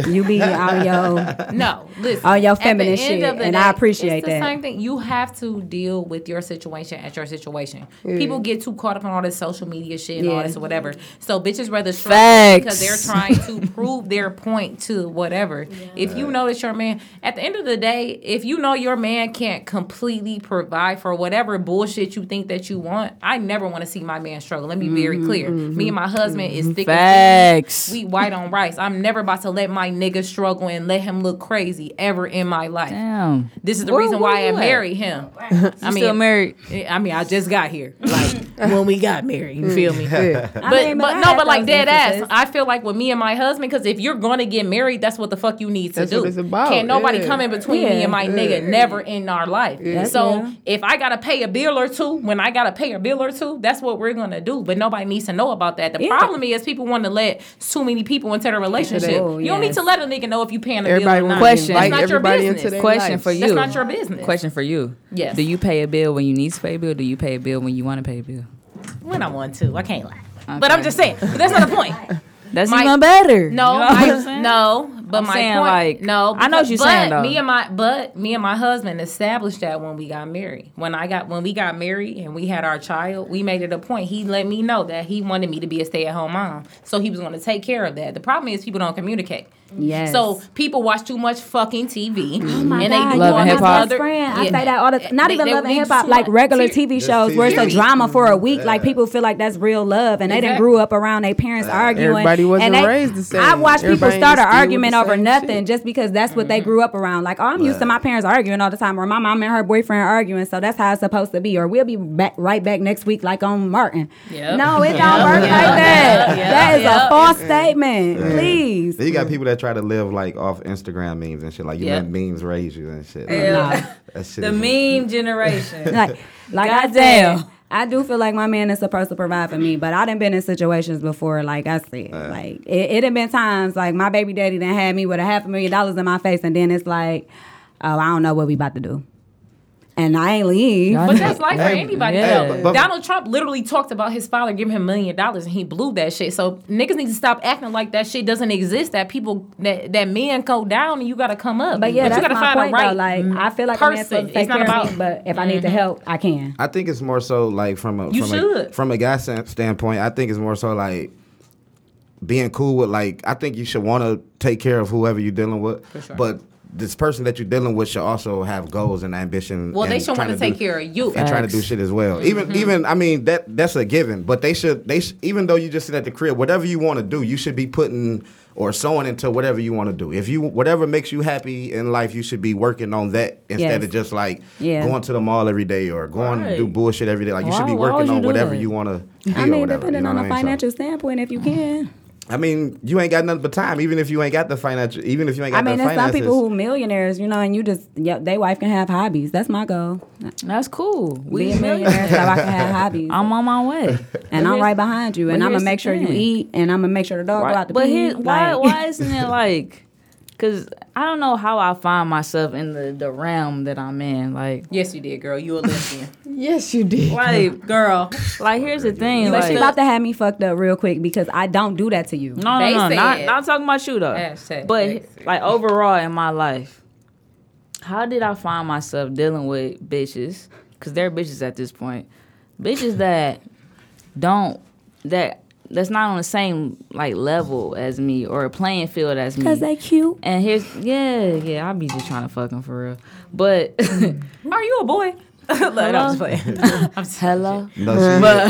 C: you be on your.
D: No, listen.
C: All your
D: at the
C: feminine
D: end
C: shit,
D: of the
C: and I
D: day,
C: appreciate
D: it's the
C: that.
D: Same thing. You have to deal with your situation at your situation. People get too caught up in all this social media shit and all
C: Yeah.
D: this whatever. So bitches rather struggle because they're
A: Facts.
D: trying to prove their point to whatever. If you know that your man, at the end of the day, if you know your man can't completely provide for whatever bullshit you think that you want, I never want to see my man struggle. Let me be very clear. Me and my husband is thick as thieves.
A: Facts.
D: We white on rice. I'm never about to let my nigga struggle and let him look crazy ever in my life.
A: Damn.
D: This is the
A: Where-
D: reason
A: where
D: why
A: you
D: I
A: at?
D: married him. I
A: I'm still
D: mean,
A: married.
D: I mean, I just got here. Like when we got married, you feel me?
C: I
D: But,
C: mean,
D: but
C: I
D: no,
C: had
D: but like
C: those
D: dead ass.
C: instances.
D: I feel like with me and my husband, because if you're gonna get married, that's what the fuck you need to
B: That's
D: do.
B: what it's about,
D: Can't nobody
B: yeah.
D: come in between me
C: Yeah.
D: and my nigga. Never in our life. So if I gotta pay a bill or two, when I gotta pay a bill or two, that's what we're gonna do. But nobody needs to know about that. The problem is people want to let too many people into their relationship.
C: Oh,
D: you don't need
C: yes.
D: to let a nigga know if you paying a
B: everybody
D: bill or
B: wanna
D: not.
A: Question.
B: invite
D: That's not your
B: everybody into
D: business.
B: their
A: Question
B: life.
A: for you.
D: That's not your business.
A: Question for you.
D: Yes.
A: Do you pay a bill when you need to pay a bill? Do you pay a bill when you want to pay a bill?
D: When I want to, I can't lie. But I'm just saying. But that's not the point.
A: That's
D: My-
A: even better.
D: No,
A: You know what I'm
D: I,
A: saying?
D: no, but
A: I'm
D: my
A: saying,
D: point,
A: like,
D: no,
A: I know what you're
D: but
A: saying, though.
D: Me and my, but me and my husband established that when we got married. When I got, when we got married and we had our child, we made it a point. He let me know that he wanted me to be a stay at home mom, so he was going to take care of that. The problem is people don't communicate.
C: Yes.
D: So people watch too much fucking TV,
A: Oh
C: My
D: and
C: God,
D: they
C: you
D: do
A: Love
D: all
A: and
C: are my
D: this
A: hip hop.
C: best
D: other.
C: friend. I
D: yeah.
C: say that all the not
D: They-
C: even
D: they
C: love and
D: do
C: hip hop,
D: too
C: like
D: much.
C: regular
D: Period.
C: TV shows where it's a
E: Period.
C: drama for a week. Like people feel like that's real love, and they didn't
D: Exactly.
C: grew up around their parents arguing.
B: Everybody wasn't
C: and they,
B: raised the same.
C: I watched people
B: Everybody
C: start an
B: ain't still with
C: argument
B: the
C: over
B: same
C: nothing
B: shit.
C: just because that's what they
D: Mm-hmm.
C: grew up around. Like, oh, I'm used to my parents arguing all the time, or my mom and her boyfriend arguing, so that's how it's supposed to be. Or we'll be back right back next week, like on Martin.
D: Yep.
C: No, it don't work like that.
D: Yep.
C: That is
D: Yep.
C: a false statement. Please.
E: Then you got people that try to live like off Instagram memes and shit. Like you
D: Yeah.
E: let memes raise you and shit. Like, that shit
A: The
E: is-
A: meme generation.
C: like like I
A: Goddamn.
C: said, I do feel like my man is supposed to provide for me, but I done been in situations before, like I said,
E: Uh.
C: like it, it done been times like my baby daddy done had me with a half a million dollars in my face, and then it's like, oh, I don't know what we about to do. and I ain't leave.
D: But that's life for anybody.
E: yeah.
D: though.
E: But- but-
D: Donald Trump literally talked about his father giving him a million dollars, and he blew that shit. So niggas need to stop acting like that shit doesn't exist. That people that that men go down, and you got to come up.
C: But yeah,
D: you
C: that's
D: gotta
C: my point.
D: the
C: though. Like I feel like a man's supposed
D: person.
C: to take
D: It's not
C: care
D: about. Mm-hmm.
C: of me, but if I need the help, I can.
E: I think it's more so like from a
D: You
E: from a,
D: should.
E: from a guy stand- standpoint. I think it's more so like being cool with like I think you should want to take care of whoever you're dealing with, but this person that you're dealing with should also have goals and ambition.
D: Well, they
E: and
D: should
E: trying do-
D: wanna take care of you.
E: and trying to do
F: Facts.
E: shit as well. Even even I mean that that's a given, but they should they sh- even though you just sit at the crib, whatever you want to do, you should be putting or sewing into whatever you want to do. If you whatever makes you happy in life, you should be working on that instead
C: Yes.
E: of just like
C: Yeah.
E: going to the mall every day or going to do
D: Right.
E: bullshit every day. Like you should
F: Why-
E: be
F: why would
E: working
F: you
E: on
F: do
E: whatever
F: that?
E: you want to. be
C: I
E: or
C: mean,
E: whatever,
C: depending
E: you know
C: on
E: what
C: the
E: I mean? So- Mm-hmm.
C: financial standpoint, if you can.
E: I mean, you ain't got nothing but time. Even if you ain't got the financial, even if you ain't got
C: I mean,
E: the
C: there's some
E: finances.
C: people who millionaires, you know, and you just yeah, they wife can have hobbies. That's my goal.
A: That's cool.
C: Be
A: We
C: a millionaire so I can have hobbies.
A: I'm on my way.
C: and I'm right behind you, and
A: but
C: I'm
A: here's the
C: gonna make sure you
A: thing.
C: eat, and I'm gonna make sure the dog
A: Right.
C: go out to
A: but
C: pee.
A: here, why
C: Like-
A: why isn't it like? Because I don't know how I find myself in the, the realm that I'm in. Like,
D: Yes, you did, girl. You a lesbian,
G: Yes, you did.
A: like,
D: girl.
A: like here's the thing.
C: But
A: Like,
C: she about to have me fucked up real quick because I don't do that to you.
A: no, no,
D: They
A: no,
D: said-
A: not not talking about you though.
D: Hashtag
A: but
D: they said.
A: like overall in my life, how did I find myself dealing with bitches? Because they're bitches at this point, bitches that don't that that's not on the same like level as me or playing field as me.
C: Cause they cute.
A: And here's yeah, yeah, I be just trying to fuck him for real. But
D: Are you a boy? Look, no, I'm just playing. I'm just-
A: hello.
E: No,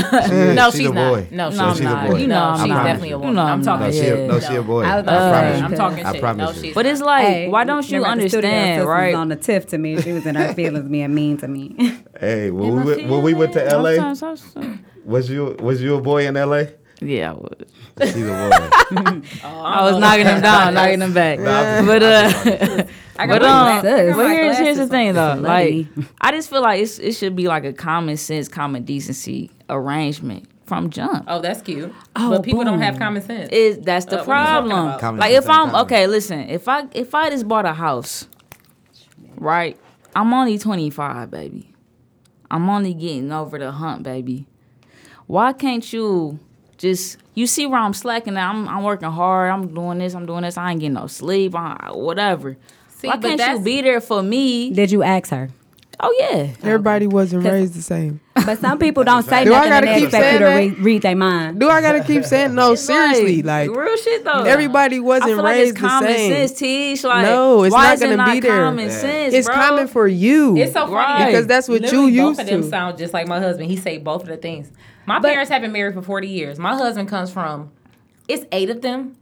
E: she, she is.
D: No,
E: she
D: she's
E: the
D: not.
E: boy.
D: No,
E: So
D: no,
A: I'm
E: she the
A: not.
E: boy.
D: You know,
A: I'm
D: she's
A: not.
D: definitely a woman.
A: You know
D: I'm
A: I'm
D: talking
E: No,
A: not.
E: she,
D: shit.
E: a- no, she a boy.
C: I
E: I,
C: was about to
E: promise
C: say,
E: you.
D: I'm talking
E: I
D: shit.
E: promise
D: No,
E: you.
D: she's
A: But it's
D: not.
A: like,
C: Hey,
A: why don't you
C: remember the studio
A: understand,
C: sisters
A: right?
C: Was on the tiff to me, she was in her feelings, being mean to me.
E: Hey, when we, went- when we went to LA,
A: Sometimes I'm so-
E: was you was you a boy in LA?
A: Yeah, I was.
E: She's a boy.
A: I was knocking him down, knocking him back. but uh, but um,
C: glasses.
A: but here's here's the
C: Glasses
A: thing though. Like,
C: lady.
A: I just feel like it's, it should be like a common sense, common decency arrangement from jump.
D: Oh, that's cute. but people don't have common sense.
A: Is that's the
D: Uh, what are you talking
A: problem?
D: about?
E: Common
A: Like
E: sense
A: if
E: ain't
A: I'm
E: common.
A: okay, listen. If I if I just bought a house, right? I'm only 25, baby. I'm only getting over the hump, baby. Why can't you just you see where I'm slacking? At? I'm I'm working hard. I'm doing this. I'm doing this. I ain't getting no sleep. I, whatever.
D: See,
A: Why
D: but
A: can't you
D: that's-
A: be there for me?
C: Did you ask her?
A: Oh yeah.
B: Everybody wasn't raised the same.
C: But some people don't say
B: Do I
C: nothing
B: gotta
C: and they
B: keep
C: expect you to
B: saying
C: re- read their mind.
B: Do I gotta keep saying no? Seriously,
A: Right.
B: like
A: real shit though.
B: everybody
A: I
B: wasn't
A: feel like
B: raised
A: it's
B: the
A: common
B: same.
A: sense, Teach. Like,
B: No, it's
A: why
B: not
A: is it
B: gonna
A: not
B: be there.
A: Common sense,
B: It's
A: bro?
B: common for you.
D: It's so funny
A: Right.
B: Because that's what you
D: literally
B: used
D: Both of them
B: to.
D: sound just like my husband. He say both of the things. My parents have been married for forty years. My husband comes from it's eight of them,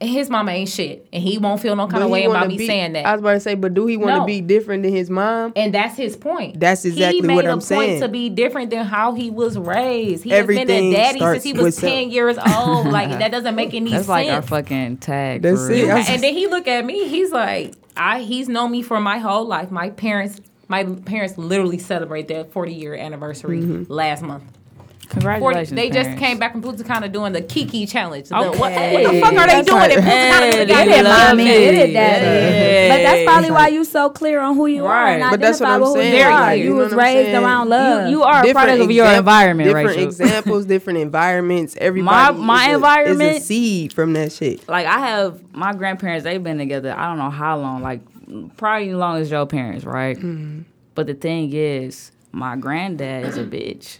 D: and his mama ain't shit, and he won't feel no kind
B: But
D: of
B: he
D: way about
B: wanna
D: me
B: be-
D: saying that.
B: I was about to say, but do he want to
D: No.
B: be different than his mom?
D: and that's his point.
B: That's exactly
D: he made
B: what
D: a
B: I'm
D: point
B: saying.
D: to be different than how he was raised. He has been
B: Everything
D: a daddy
B: starts
D: since he
B: with
D: was
B: self.
D: ten years old. Like that doesn't make any
A: That's
D: sense.
A: like our fucking tag.
B: That's
A: for real.
B: it. I was-
D: and then he look at me. He's like, I. He's known me for my whole life. My parents, my parents, literally celebrate their forty year anniversary
C: Mm-hmm.
D: last month. 40,
A: Congratulations.
D: they just
A: parents.
D: came back from Puntakana doing the Kiki challenge. The- what, what
A: Okay.
D: the fuck are they doing in Puntakana?
A: Hey,
D: They
A: they
C: Get
D: got
C: it,
D: it.
A: love
C: mommy.
A: it.
C: Get it, daddy.
A: Yeah.
C: But that's probably why you so clear on who you are.
A: Right.
C: And
B: But that's what
C: identify
B: I'm
C: with who
B: saying.
C: You, are.
A: Very clear.
C: you was
B: You know what I'm
C: raised
B: saying?
C: around love.
A: You, you are a product of your
B: exam-
A: environment,
B: different
A: Rachel.
B: examples, different environments. Everybody,
A: my
B: is a,
A: environment-
B: is a seed from that shit.
A: like I have my grandparents. They've been together. I don't know how long. Like probably as long as your parents, right? But the thing is, my granddad is a bitch,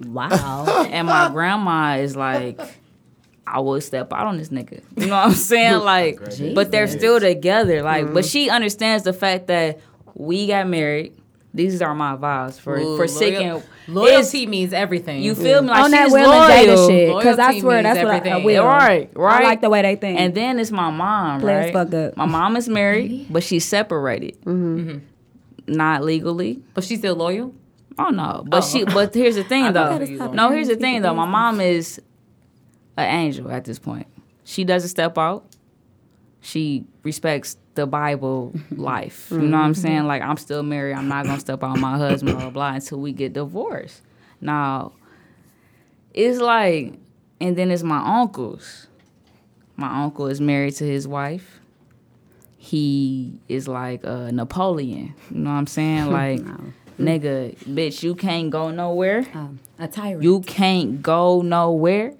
C: wow.
A: and my grandma is like. I would step out on this nigga. You know what I'm saying? Like, but they're still together. Like, but she understands the fact that we got married. These are my vows for
D: Ooh,
A: for
D: loyal-
A: seeking. It's-
D: Loyalty means everything.
A: You feel me? Like
C: On that
A: she's
C: Will and Jada
A: loyal.
C: shit, because I
D: Loyalty
C: swear that's
D: means
C: what I, I
D: everything.
C: will.
A: Right, right.
C: I like the way they think.
A: And then it's my mom,
C: Players
A: right?
C: fuck up. Mm-hmm.
A: My mom is married, but she's separated, not legally.
D: but she's still loyal.
A: Oh no, but she. But here's the thing, though.
C: gotta stop
A: No,
C: marrying
A: here's the
C: people
A: thing, though. My mom is an angel at this point. She doesn't step out. She respects the Bible life. You know what I'm saying? Like I'm still married. I'm not gonna step out on my husband. Blah blah blah until we get divorced. Now, it's like, and then it's my uncles. My uncle is married to his wife. he is like uh, Napoleon. You know what I'm saying? Like, nigga, bitch, you can't go nowhere.
C: Um, a tyrant.
A: You can't go nowhere.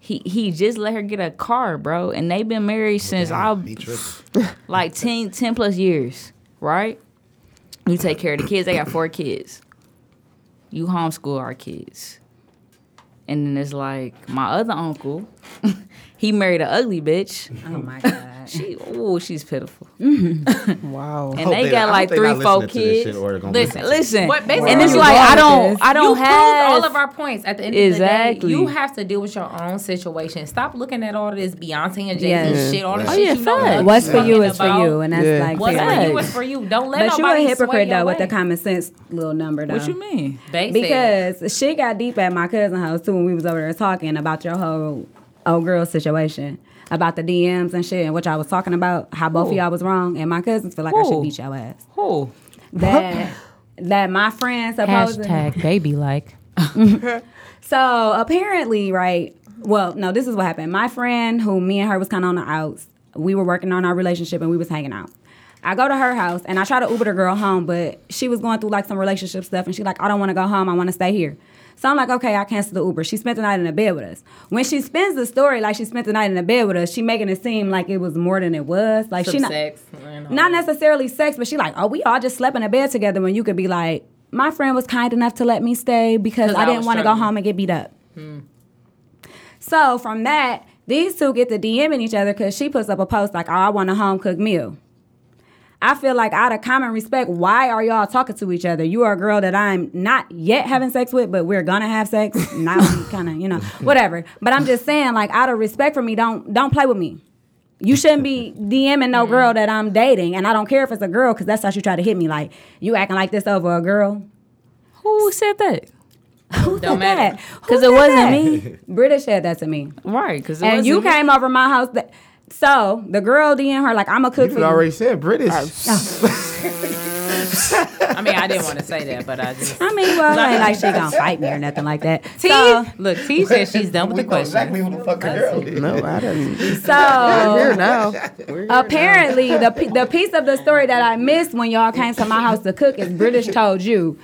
A: He he just let her get a car, bro, and they've been married since
E: Damn,
A: I
E: he tripping.
A: like 10, 10 plus years, right? You take care of the kids. They got four kids. You homeschool our kids. And then it's like my other uncle, he married an ugly bitch.
C: oh my god.
A: She, ooh, she's pitiful.
B: Wow.
A: And
E: Hope
A: they
E: they- I
A: got
E: hope
A: like
E: they
A: three,
E: not
A: four
E: listening to this
A: kids.
E: shit or they're
A: Listen, listen.
E: gonna listen
D: But basically,
A: and it's
D: you
A: like I don't, I
D: you
A: don't
D: proved
A: have
D: all of our points at the end of the
A: Exactly.
D: day. You have to deal with your own situation. Stop looking at all this Beyonce and Jay Z
C: Yes.
D: shit. All this
E: Oh,
D: shit
A: yeah,
D: you know
A: facts.
D: nothing
C: What's for you
D: fucking
C: is for
D: about.
C: you, and that's
B: Yeah.
C: like.
D: What's
C: fair.
D: for
A: Facts.
D: you is for you. Don't let
C: But you
D: nobody
C: a
D: sway
C: hypocrite
D: your
C: though with
D: way.
C: the common sense little number though.
A: What you mean?
D: They said,
C: Because she got deep at my cousin's house too when we was over there talking about your whole old girl situation. About the DMs and shit and what y'all was talking about, how both of
A: Who?
C: y'all was wrong, and my cousins feel like I
A: Who?
C: should beat your ass.
A: Who?
C: That that my friend supposed
D: baby like.
C: So apparently, right? Well, no, this is what happened. My friend, who me and her was kind of on the outs, we were working on our relationship and we was hanging out. I go to her house and I try to Uber the girl home, but she was going through like some relationship stuff and she like, I don't want to go home. I want to stay here. So I'm like, okay, I cancel the Uber. She spent the night in the bed with us. When she spins the story like she spent the night in the bed with us, she making it seem like it was more than it was. Like
D: Some
C: she not,
D: sex and all
C: not
D: that.
C: necessarily sex, but she like, oh, we all just slept in a bed together when you could be like, my friend was kind enough to let me stay because
D: 'Cause
C: I
D: I
C: didn't
D: was
C: want to go
D: struggling. Hmm.
C: home and get beat up. So from that, these two get to DMing each other because she puts up a post like, oh, I want a home cooked meal. I feel like out of common respect, why are y'all talking to each other? You are a girl that I'm not yet having sex with, but we're gonna have sex. Now we kinda, you know, whatever. But I'm just saying, like, out of respect for me, don't don't play with me. You shouldn't be DMing no girl that I'm dating, and I don't care if it's a girl, because that's how she tried to hit me. Like, you acting like this over a girl.
A: Who said that?
C: Who said
D: Don't matter.
C: that? Who
A: 'Cause it
C: said
A: wasn't
C: that?
A: me.
C: British said that to me,
A: Right? Because
C: and you came over my house. That, so the girl DM her like, "I'm a cook
E: You
C: for
E: could already said British.
D: I mean, I didn't want to say that, but I just.
C: you." I mean, well, it ain't like she gonna fight me or nothing like that.
D: T,
C: So,
D: look, T said she's done with the
E: We know
D: question.
E: exactly who the fuck girl is.
B: No, I didn't.
C: so
B: Here now. We're here.
C: Apparently, the p- the piece of the story that I missed when y'all came to my house to cook is British told you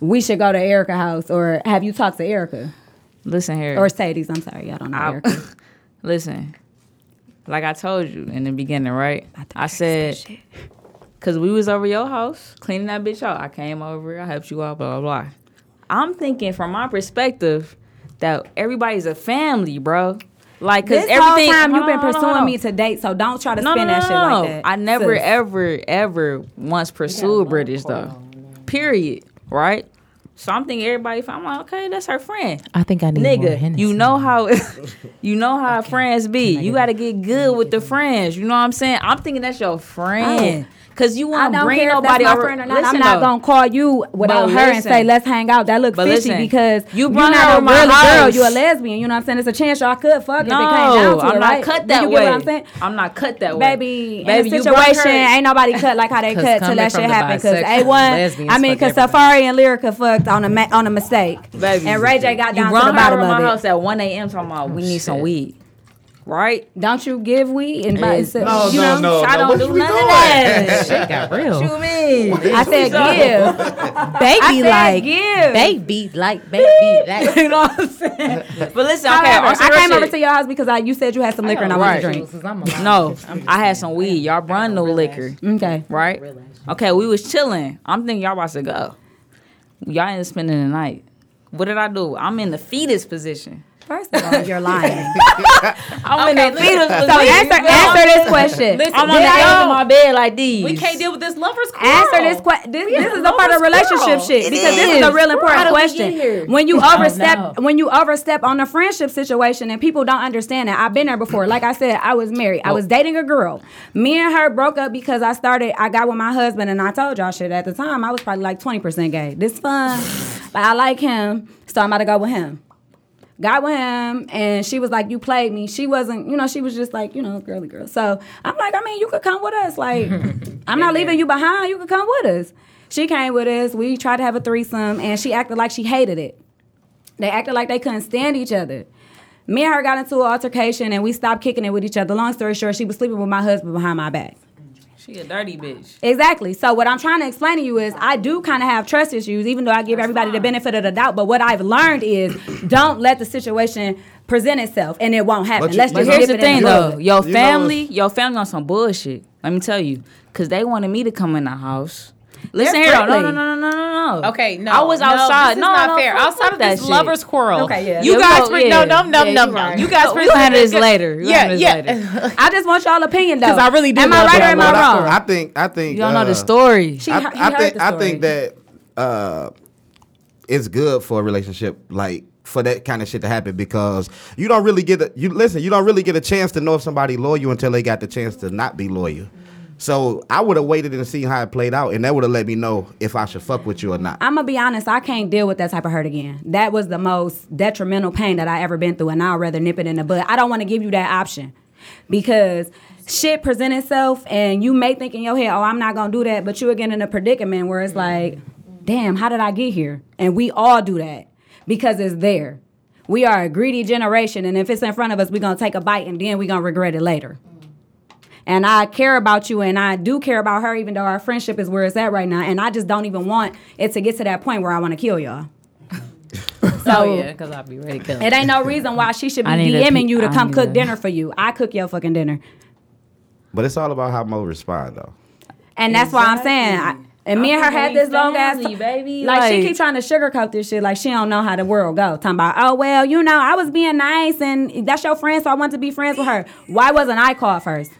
C: we should go to Erica's house, or have you talked to Erica
A: listen here.
C: or Sadie's? I'm sorry, I don't know.
A: I-
C: Erica.
A: listen, like I told you in the beginning, right? I, said, because we was over your house cleaning that bitch out. I came over, I helped you out, blah, blah, blah. I'm thinking from my perspective that everybody's a family, bro. Like, because
C: This
A: everything.
C: whole time
A: Hold
C: you've been
A: on, hold on,
C: pursuing
A: hold on.
C: me to date, so don't try to
A: No,
C: spin
A: no,
C: that shit
A: no, no.
C: like that.
A: I never,
C: Sis.
A: ever, ever once pursued British though. Period. Right. So I'm thinking everybody. I'm like, okay, that's her friend.
G: I think I need more
A: Nigga,
G: Hennessy.
A: you know how, you know how friends be. You got to get good with the friends. You know what I'm saying? I'm thinking that's your friend, cause you
C: Oh. I
A: want to
C: don't
A: bring
C: care if
A: nobody
C: that's my
A: over-
C: friend or not. I'm
A: Listen,
C: not
A: though.
C: gonna call you without
A: But
C: her and
A: listen.
C: say let's hang out. That looks
A: But
C: fishy
A: listen,
C: because
A: you
C: you are
A: brought her
C: not
A: over
C: a
A: my
C: really girl.
A: house.
C: You a lesbian. You know what I'm saying? It's a chance y'all could
A: No,
C: fuck if it came down to
A: I'm
C: it,
A: not
C: right?
A: cut
C: Do
A: that
C: you
A: way.
C: Get what I'm saying?
A: not cut that way,
C: Baby,
A: Baby,
C: in a
A: you brought her-
C: situation, ain't nobody cut like how they
D: 'Cause
C: cut till
D: coming
C: that
D: from
C: shit
D: the
C: happen. Because
D: bisexual
C: a one,
D: lesbians
C: I mean,
D: fuck
C: because
D: everybody.
C: Safari and Lyrica fucked on a ma- on a mistake,
A: Baby.
C: and Ray J got
A: You
C: down to
A: brought
C: the
A: her
C: bottom
A: over my
C: of
A: house
C: it. Oh,
A: at 1 a.m. Talking about we need some weed, right?
C: Don't you give weed and buy?
E: No,
C: you know?
E: no, no,
A: I
E: no.
A: don't
E: What
A: do
E: you
A: none of
E: doing?
A: that.
G: Shit got real.
A: you mean?
C: I said give.
G: Baby
C: I said
G: like,
C: give.
G: baby like, baby like.
A: you know what I'm saying? But listen, okay,
C: However,
A: on some
C: I
A: real
C: came over
A: shit.
C: to your house because I, you said you had some liquor and I wanted
A: Right.
C: to drink.
A: No, I had some weed. Y'all brung no liquor,
C: Okay.
A: right? Okay, we was chilling. I'm thinking y'all about to go. Y'all ain't spending the night. What did I do? I'm in the fetus position.
C: First of all, you're lying.
A: I'm in the fetus position.
C: so answer answer this question.
D: Listen,
A: I'm on the
D: we
A: edge
D: don't-
A: of my bed like these.
D: We can't deal with this lover's quarrel.
C: Answer this question. This, this is a part of
D: lover's
C: relationship
D: quarrel.
C: shit
A: It
C: because this
A: is.
C: is a real important
A: How did we get here?
C: question. When you overstep, when you overstep on a friendship situation, and people don't understand that. I've been there before. Like I said, I was married. I was dating a girl. Me and her broke up because I started. I got with my husband, and I told y'all shit at the time. I was probably like twenty percent gay. This fun, but I like him, so I'm about to go with him. got with him and she was like you played me she wasn't you know she was just like you know girly girl so i'm like i mean you could come with us like i'm not leaving you behind you could come with us she came with us we tried to have a threesome and she acted like she hated it they acted like they couldn't stand each other me and her got into an altercation and we stopped kicking it with each other long story short she was sleeping with my husband behind my back
D: She a dirty bitch.
C: Exactly. So what I'm trying to explain to you is I do kind of have trust issues, even though I give everybody the benefit of the doubt. But what I've learned is don't let the situation present itself, and it won't happen.
E: But you-
C: Let's
E: but
C: just
A: Here's
C: nip
A: the
C: it in
A: thing
C: the
A: though,
C: bud.
A: your
E: You know
A: family, your family on some bullshit. Let me tell you, cause they wanted me to come in the house. Listen
C: They're
A: here, though. no, no,
C: friendly.
A: no, no, no, no, no.
D: Okay, no.
A: I was
D: no,
A: outside.
D: This is
A: no,
D: not
A: no,
D: fair.
A: fuck-
D: Outside
A: fuck
D: of
A: that
D: this
A: shit.
D: lovers quarrel.
C: Okay, yeah.
D: You
A: Yeah,
D: guys,
A: we
D: pre-
A: go-
D: no, no, no,
A: yeah,
D: no,
A: you
D: no.
A: right.
D: You guys,
A: We'll
D: presented
A: handle this
D: good-
A: later. We'll
D: Yeah,
A: handle this
D: yeah.
A: later.
C: I just want y'all opinion though.
D: 'Cause I really do
C: Am I
D: love
C: right or
D: that
C: am
D: one.
C: I
E: Well,
C: wrong?
E: I, I think I think
A: Y'all know
E: uh,
A: the story.
C: She,
E: I,
C: he
E: I
C: heard
E: think
C: the
E: I
C: story.
E: think that uh, it's good for a relationship like for that kind of shit to happen because you don't really get a, you listen you don't really get a chance to know if somebody loyal until they got the chance to not be loyal. So I would have waited and seen how it played out, and that would have let me know if I should fuck with you or not.
C: I'm gonna be honest. I can't deal with that type of hurt again. That was the most detrimental pain that I ever been through, and I'd rather nip it in the bud. I don't want to give you that option because shit present itself, and you may think in your head, "Oh, I'm not gonna do that," but you again in a predicament where it's like, "Damn, how did I get here?" And we all do that because it's there. We are a greedy generation, and if it's in front of us, we're gonna take a bite, and then we're gonna regret it later and I care about you and I do care about her even though our friendship is where it's at right now and I just don't even want it to get to that point where I want to kill y'all.
D: So
A: Oh,
D: yeah, because I'll be ready to kill.
C: It ain't no reason why she should be
A: I need a
C: DMing
A: pe-
C: you to
A: I
C: come
A: need
C: cook
A: a-
C: dinner for you. I cook your fucking dinner.
E: But it's all about how Mo respond though.
C: And that's why I'm saying I, and me and her had this long ass
A: Family, baby.
C: Like, she
A: Like-
C: keep trying to sugarcoat this shit. Like she don't know how the world go. Talking about, oh well, you know, I was being nice and that's your friend, so I want to be friends with her. Why wasn't I called first?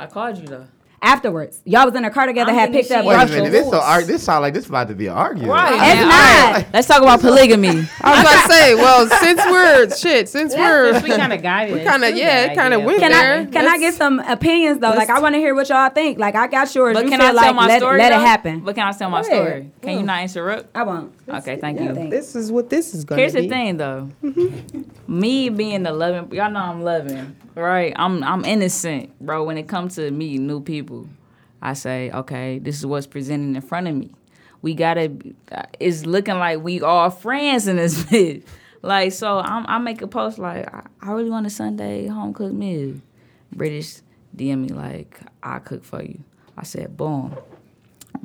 D: I called you though.
C: Afterwards, y'all was in a car together,
A: I'm
C: had
A: thinking
C: picked up.
A: she- Wait a
C: groceries.
A: minute,
E: this so ar- this sound like this about to be an argument.
D: Right.
C: It's not.
A: Let's talk about polygamy.
B: I was about to say, well, since we're shit, since we're
D: we kind of guided.
B: We kinda-
D: it through
B: yeah,
D: that
B: it kinda
D: idea.
B: went
C: Can I
B: there.
C: can I get some opinions though? Like I want to hear what y'all think. Like I got yours.
A: But
C: you
A: can
C: feel
A: I tell
C: like
A: my
C: let,
A: story?
C: let it
A: though?
C: happen.
A: But can I tell my
C: Go ahead.
A: story? Can you not interrupt?
C: I won't.
A: Okay, thank
C: yeah,
A: you.
C: thank
B: this is what this is going
A: Here's
B: to be. Mm-hmm.
A: the thing, though. me being the loving, y'all know I'm loving, right? I'm I'm innocent, bro. When it comes to meeting new people, I say, okay, this is what's presented in front of me. We gotta. uh, It's looking like we all friends in this bit. Like so, I'm, I make a post like I, I really want a Sunday home cooked meal. British DM me like I cook for you. I said, boom.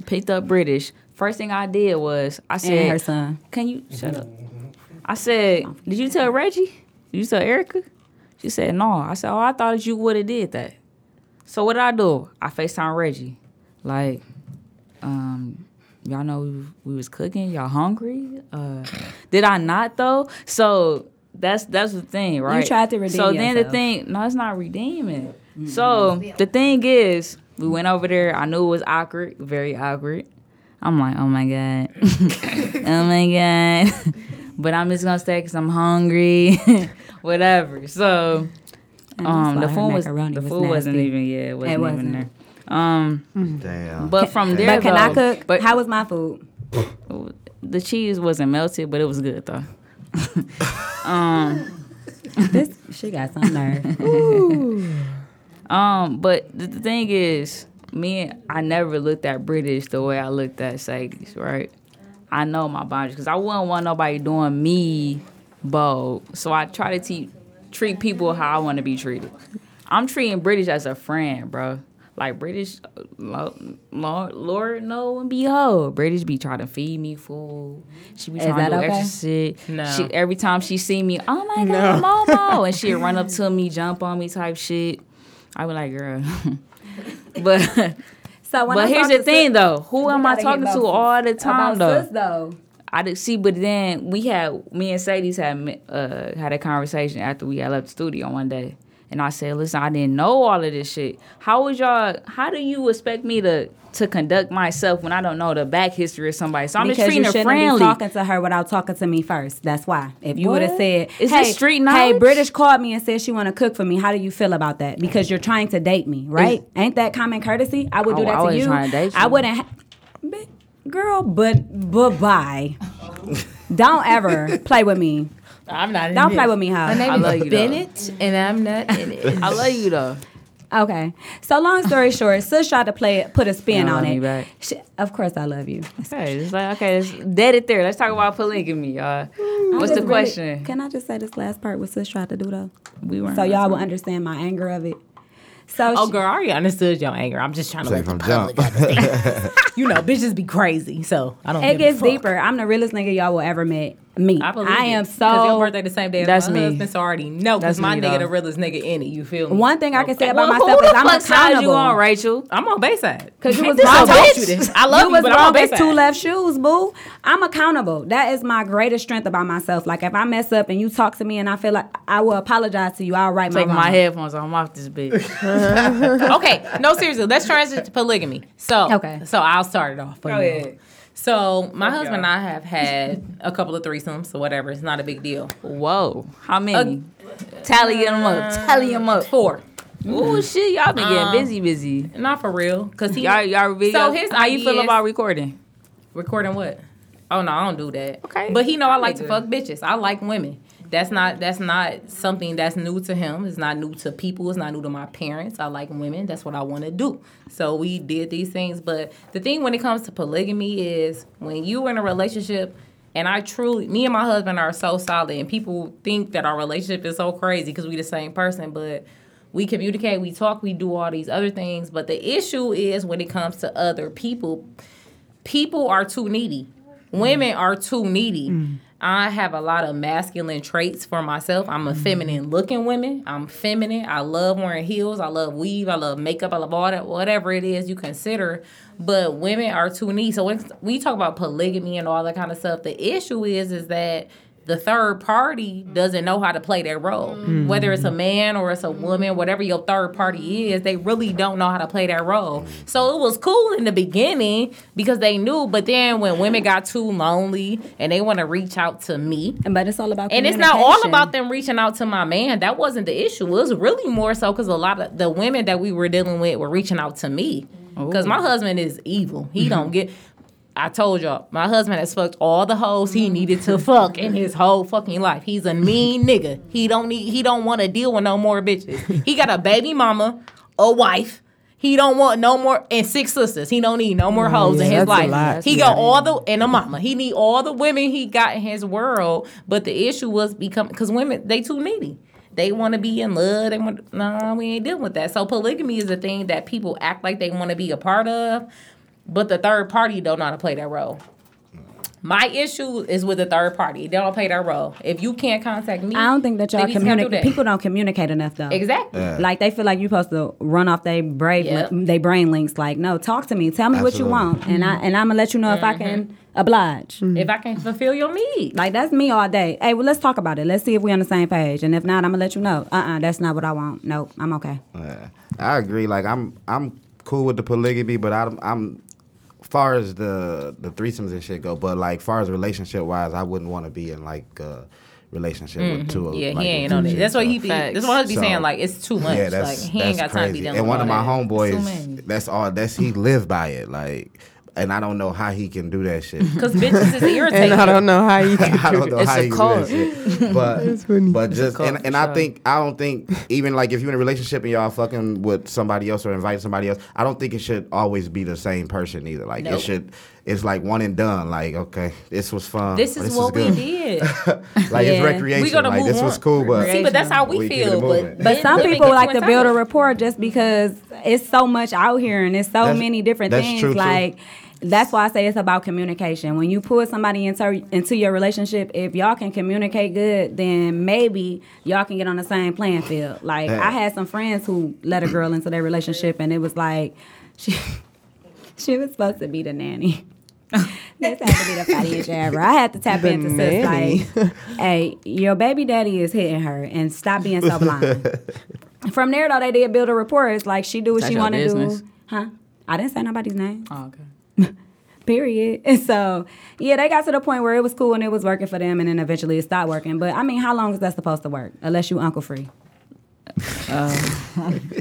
A: Picked up British. First thing I did was I said,
C: her son.
A: "Can you shut up?" I said, "Did you tell Reggie? Did you tell Erica?" She said, "No." I said, "Oh, I thought that you would have did that." So what did I do? I Facetime Reggie, like, um, y'all know we, we was cooking. Y'all hungry? Uh, did I not though? So that's that's the thing, right?
C: tried to redeem
A: So then the
C: yourself.
A: thing, no, it's not redeeming. So the thing is, we went over there. I knew it was awkward, very awkward. I'm like, oh my god, oh my god. But I'm just gonna stay because I'm hungry, whatever. So,
C: And
A: um,
C: that's
A: the
C: why her
A: food was
C: macaroni
A: the
C: was
A: food wasn't
C: nasty.
A: even yeah, it wasn't, even
C: wasn't.
A: there. Um,
E: Damn.
A: but from there,
C: But can I
A: though-
C: cook?
A: But
C: How was my food?
A: the cheese wasn't melted, but it was good though.
C: this she got some nerve.
A: Um, but the, the thing is, me, I never looked at British the way I looked at Saggy's, right? I know my boundaries because I wouldn't want nobody doing me bold. So I try to te- treat people how I want to be treated. I'm treating British as a friend, bro. Like British, uh, lo- lo- Lord, no and behold, British be trying to feed me food. She be
C: Is
A: trying to
C: that
A: do
C: okay?
A: extra shit.
D: No.
A: She, every time she see me, oh my god, Momo, and she'd run up to me, jump on me, type shit. I be like, girl. but
C: So when
A: but
C: I
A: here's
C: talk
A: the
C: to
A: thing
C: sis-
A: though, who
C: we
A: am I
C: gotta get
A: talking
C: about
A: to
C: sis-
A: all the time
C: about
A: though?
C: sis, though.
A: I did see, but then we had me and Sadie's had uh, had a conversation after we had left the studio one day, and I said, "Listen, I didn't know all of this shit. How is y'all? How do you expect me to to conduct myself when I don't know the back history of somebody? So I'm
C: Because
A: just treating
C: you
A: her
C: shouldn't
A: friendly.
C: be talking to her without talking to me first. That's why. If you would have
A: What?
C: said,
A: Is this
C: hey,
A: street
C: Hey,
A: knowledge?"
C: British called me and said she want to cook for me. How do you feel about that? Because you're trying to date me, right? Ain't that common courtesy? I would do
A: Oh,
C: that
A: I
C: to
A: wasn't
C: you.
A: trying to date
C: I
A: you.
C: wouldn't. Ha- Bi- Girl, but bye bye. Don't ever play with me.
D: I'm not. in
C: Don't
D: this.
C: play with me, huh?
A: I love you, though.
G: Bennett, and I'm not in it.
A: I love you though.
C: Okay. So long story short, Sis tried to play put a spin
A: You don't
C: on
A: love me
C: it.
A: back.
C: She- of course, I love you.
A: Okay, it's like okay, it's dead it there. Let's talk about polygamy, y'all. What's
C: I just
A: the
C: really-
A: question?
C: can I just say this last part? What Sis tried to do though?
A: we weren't
C: so y'all
A: listening.
C: will understand my anger of it. So
D: Oh,
C: she-
D: girl, I already understood your anger. I'm just trying to
E: Say
D: let the
E: from
D: public
E: jump.
D: understand. you know, bitches be crazy, so I don't.
C: it
D: give a
C: gets
D: fuck.
C: deeper. I'm the realest nigga y'all will ever meet. Me.
D: I believe it.
C: am
D: 'Cause your
C: so.
D: birthday the same day as
G: That's
D: my
G: me.
D: husband, so I already know because
G: That's
D: my
G: me,
D: nigga
G: though.
D: the realest nigga in it. You feel me?
C: One thing I can say about
A: Well,
C: myself
A: who
C: is
A: the
C: I'm
A: fuck side you on,
C: accountable.
A: Rachel?
D: I'm on Bayside.
C: Cause you
D: Ain't
C: was
D: this
C: wrong,
D: I told
C: bitch.
D: you this. I love you,
C: was
D: but I'm
C: wrong
D: on
C: as
D: Bayside.
C: two left shoes, boo. I'm accountable. That is my greatest strength about myself. Like if I mess up and you talk to me and I feel like I will apologize to you, I'll write
G: Take
C: my,
G: my
C: wrong.
G: headphones off. I'm off this bitch.
D: okay, no, seriously, let's transition to polygamy. So,
C: Okay.
D: so I'll start it off. For
G: Go
D: you.
G: ahead.
D: So, my husband and I have had a couple of threesomes, so whatever, it's not a big deal.
G: Whoa.
C: Uh,
G: How many?
A: Tally them up. Tally them up.
D: Four,
G: Oh
C: mm.
G: shit, y'all been
D: Um,
G: getting busy, busy.
D: not for real, because he
G: Y'all, y'all video.
D: So his
G: how you feel
D: ideas-
G: about recording?
D: recording what? Oh no, I don't do that.
G: Okay.
D: But he know I like to fuck bitches. I like women. That's not that's not something that's new to him. It's not new to people. It's not new to my parents. I like women. That's what I want to do. So we did these things. But the thing when it comes to polygamy is when you in a relationship and I truly me and my husband are so solid and people think that our relationship is so crazy because we the same person, but we communicate, we talk, we do all these other things. But the issue is when it comes to other people, people are too needy. Women are too needy. I have a lot of masculine traits for myself. I'm a feminine looking woman. I'm feminine. I love wearing heels. I love weave. I love makeup. I love all that, whatever it is you consider. But women are too needy. So when we talk about polygamy and all that kind of stuff, the issue is is that the third party doesn't know how to play their role. Whether it's a man or it's a woman, whatever your third party is, they really don't know how to play their role. So it was cool in the beginning because they knew, but then when women got too lonely and they want to reach out to me,
C: And But it's all about
D: and it's not all
C: communication.
D: about them reaching out to my man. That wasn't the issue. It was really more so because a lot of the women that we were dealing with were reaching out to me. Because my husband is evil.
C: Mm-hmm.
D: He don't get. I told y'all, my husband has fucked all the hoes he needed to
C: Mm-hmm.
D: fuck in his whole fucking life. He's a mean nigga. He don't need. He don't want to deal with no more bitches. He got a baby mama, a wife. He don't want no more and six sisters. He don't need no more hoes in his
B: Mm, that's a
D: life.
B: lot.
D: He got all the and a mama. He need all the women he got in his world. But the issue was become because women they too needy. They want to be in love. They want nah. We ain't dealing with that. So polygamy is a thing that people act like they want to be a part of, but the third party don't know how to play that role. My issue is with the third party. They don't play their role. If you can't contact me,
C: I don't think that y'all
D: then you just gotta do
C: communicate.
D: that.
C: People don't communicate enough though.
D: Exactly.
C: Like they feel like you're supposed to run off they brave
D: Yep.
C: they brain links. Like no, talk to me, tell me what you
E: Absolutely.
C: want, and I and I'm gonna let you know if I can oblige.
D: If I can fulfill your need,
C: Like that's me all day. Hey, well let's talk about it. Let's see if we're on the same page, and if not, I'm gonna let you know. Uh, uh that's not what I want. Nope, I'm okay.
E: Yeah. I agree. Like I'm, I'm cool with the polygamy, but I'm, I'm far as the the threesomes and shit go. But like far as relationship wise, I wouldn't want to be in like a relationship with two. of-
D: Mm-hmm. yeah,
E: like,
D: he
E: with
D: ain't
E: two
D: on it.
E: chicks,
D: That's why
E: so-
D: he be. That's why he be
E: So-
D: saying like it's too much.
E: Yeah, that's
D: like he
E: that's
D: ain't got time to be
E: crazy.
D: done.
E: And
D: with
E: one of
D: all
E: my
D: that.
E: homeboys, that's all. That's he lived by it. Like, and I don't know how he can do that shit.
D: Because bitches is
B: And
D: irritated.
B: I don't know how you can
E: I don't know
G: It's
E: how
G: a
E: you do that
G: cult.
E: shit. But but just
G: cult
E: and, and
G: for
E: I
G: sure.
E: think I don't think even like if you're in a relationship and y'all fucking with somebody else or inviting somebody else, I don't think it should always be the same person either. Like it
D: Nope.
E: should it's like one and done. Like, okay, this was fun.
D: This is what we
E: good.
D: did.
E: Like
C: Yeah.
E: it's recreation.
D: We gonna
E: like
D: move
E: this was
D: on.
E: cool, but
D: See, but that's how we,
E: We keep it
D: feel. But,
E: moving.
C: But some
D: women
C: people
D: get
C: like
D: too
C: to build a
D: entitled.
C: rapport just because it's so much out here and it's so
E: That's-
C: many different
E: that's
C: things.
E: true, too.
C: like that's why I say it's about communication. When you pull somebody into into your relationship, if y'all can communicate good, then maybe y'all can get on the same playing field. Like
E: Yeah.
C: I had some friends who let a girl into their relationship, and it was like she she was supposed to be the nanny. this had to be the funniest shit ever. I had to tap into sis
B: nanny.
C: like, "Hey, your baby daddy is hitting her, and stop being so blind." From there, though, they did build a rapport. It's like she do what
G: That's
C: she
G: your
C: want to do,
G: business.
C: huh? I didn't say nobody's name.
G: Oh, okay.
C: Period. And so, yeah, they got to the point where it was cool and it was working for them, and then eventually it stopped working. But I mean, how long is that supposed to work? Unless you uncle free.
G: Um,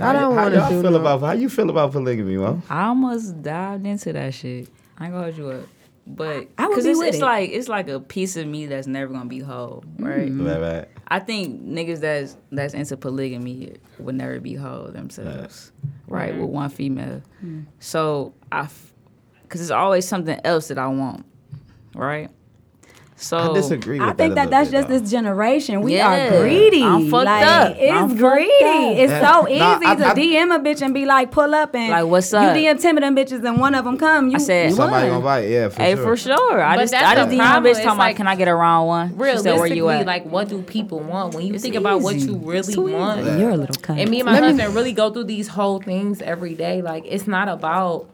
B: I don't
E: how
B: want
E: y'all
B: to do
E: feel
B: no.
E: about how you feel about polygamy, Mo?
G: I almost dived into that shit. I ain't gonna hold you up. But
C: I would
G: 'cause
C: be
G: it's,
C: with
G: it's
C: it.
G: like it's like a piece of me that's never gonna be whole, right?
C: Mm.
E: Right, right.
G: I think niggas that's that's into polygamy would never be whole themselves, right?
D: Mm-hmm.
G: With one female.
D: Mm.
G: So I, because it's always something else that I want, right? So
E: I disagree with
C: I think that
E: a little
C: that's
E: bit,
C: just
E: though.
C: this generation. We
G: Yeah.
C: are greedy.
G: I'm fucked
C: like,
G: up.
C: It's
G: I'm fucked
C: greedy.
G: up.
C: It's so easy
E: Nah, I-
C: to
E: I-
C: DM a bitch and be like, pull up and
G: Like, what's
C: You
G: up?
C: DM ten of them bitches and one of them come. You
G: I said,
E: Somebody gonna bite, yeah, for
G: "Hey,
E: sure.
G: for sure." I
D: But
G: just,
D: that's
G: I
D: the
G: just DM a
D: problem.
G: bitch
D: It's
G: talking
D: like-
G: about, "Can I get a round one?" She said, "Where
D: Realistically,
G: you at?"
D: like what do people want? When you
G: It's
D: think about what
G: easy.
D: you really
G: It's too easy.
D: want,
G: You're a little cunt.
D: And me and my husband really go through these whole things every day. Like it's not about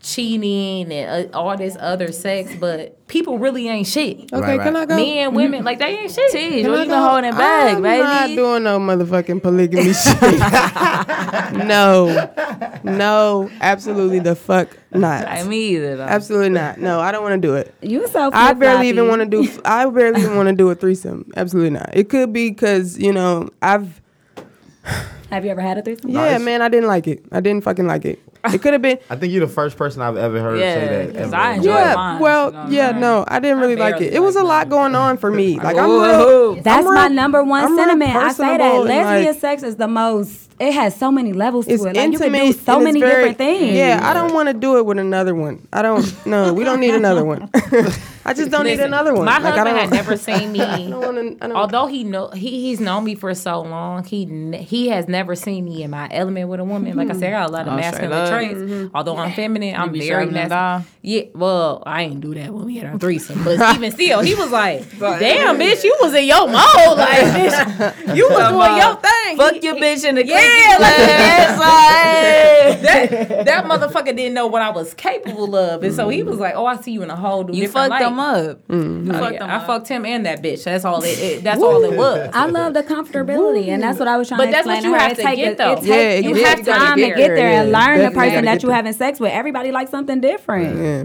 D: cheating and uh, all this other sex, but people really ain't shit.
B: Okay,
E: Right,
B: can
E: right.
B: I go?
D: Men, women, like they ain't shit.
G: Tease,
B: Can
G: what
B: I
G: you
B: go?
G: been holding back,
B: I'm not
G: baby?
B: doing no motherfucking polygamy shit. no, no, absolutely the fuck not.
G: Like me either. Though.
B: Absolutely not. No, I don't want to do it.
C: you so. E.
B: I barely even
C: flip-floppy.
B: want to do. I barely even want to do a threesome. Absolutely not. It could be because you know I've.
C: Have you ever had a threesome?
B: Yeah,
E: it's-
B: man, I didn't like it. I didn't fucking like it. It could have been.
E: I think you're the first person I've ever heard
G: Yeah,
E: say that.
G: because
E: ever.
G: I enjoy
B: Yeah.
G: mine.
B: well,
G: you know what I'm
B: yeah.
G: saying?
B: No, I didn't really like
D: barely
B: it. It was a lot
D: like
B: going on for me. Like I'm real.
G: Ooh.
C: That's
B: I'm
C: my
B: real-
C: number one
B: I'm real
C: sentiment. I say that
B: personable and,
C: lesbian
B: like-
C: sex is the most. It has so many levels to
B: It's
C: it. Like you
B: intimate.
C: can do so
B: and
C: many
B: it's very,
C: different things.
B: Yeah, I don't want to do it with another one. I don't. No, we don't need another one. I just don't need
D: Listen,
B: another one.
D: My
B: Like, I
D: husband
B: don't,
D: had never seen me.
B: I don't want to.
D: Although he know he he's known me for so long, he ne- he has never seen me in my element with a woman. Like I said, I got a lot of
G: Oh, straight
D: masculine
G: up.
D: traits. Although I'm feminine, I'm
G: be
D: very
G: shutting them
D: masculine.
G: down?
D: Yeah, well, I ain't do that when we had our threesome. But even still, he was like, "Damn, bitch, you was in your mode, like bitch, you was doing your thing."
G: Fuck your bitch in the
D: Yeah,
G: yeah,
D: like-
G: like,
D: that, that motherfucker didn't know what I was capable of, and so he was like, "Oh, I see you in a whole new
G: you
D: different
G: fucked
D: light."
G: them up. You
D: Oh,
G: fucked
D: yeah,
G: them
D: I
G: up.
D: fucked him and that bitch. That's all it. it that's all it was.
C: I love the comfortability, and that's what I was trying
D: But
C: to
D: that's what
C: explain.
D: you
C: to her.
D: have
C: It
D: to
C: take-
D: get,
C: it
D: though.
C: take-
B: Yeah, it
C: you
B: is.
C: have
B: You
D: gotta
C: time to
D: get
C: get there
G: there,
C: and
G: yeah.
C: learn the
B: Definitely
C: person
B: gotta
C: that
B: get
C: you
B: there.
C: having sex with. Everybody likes something different.
B: Yeah.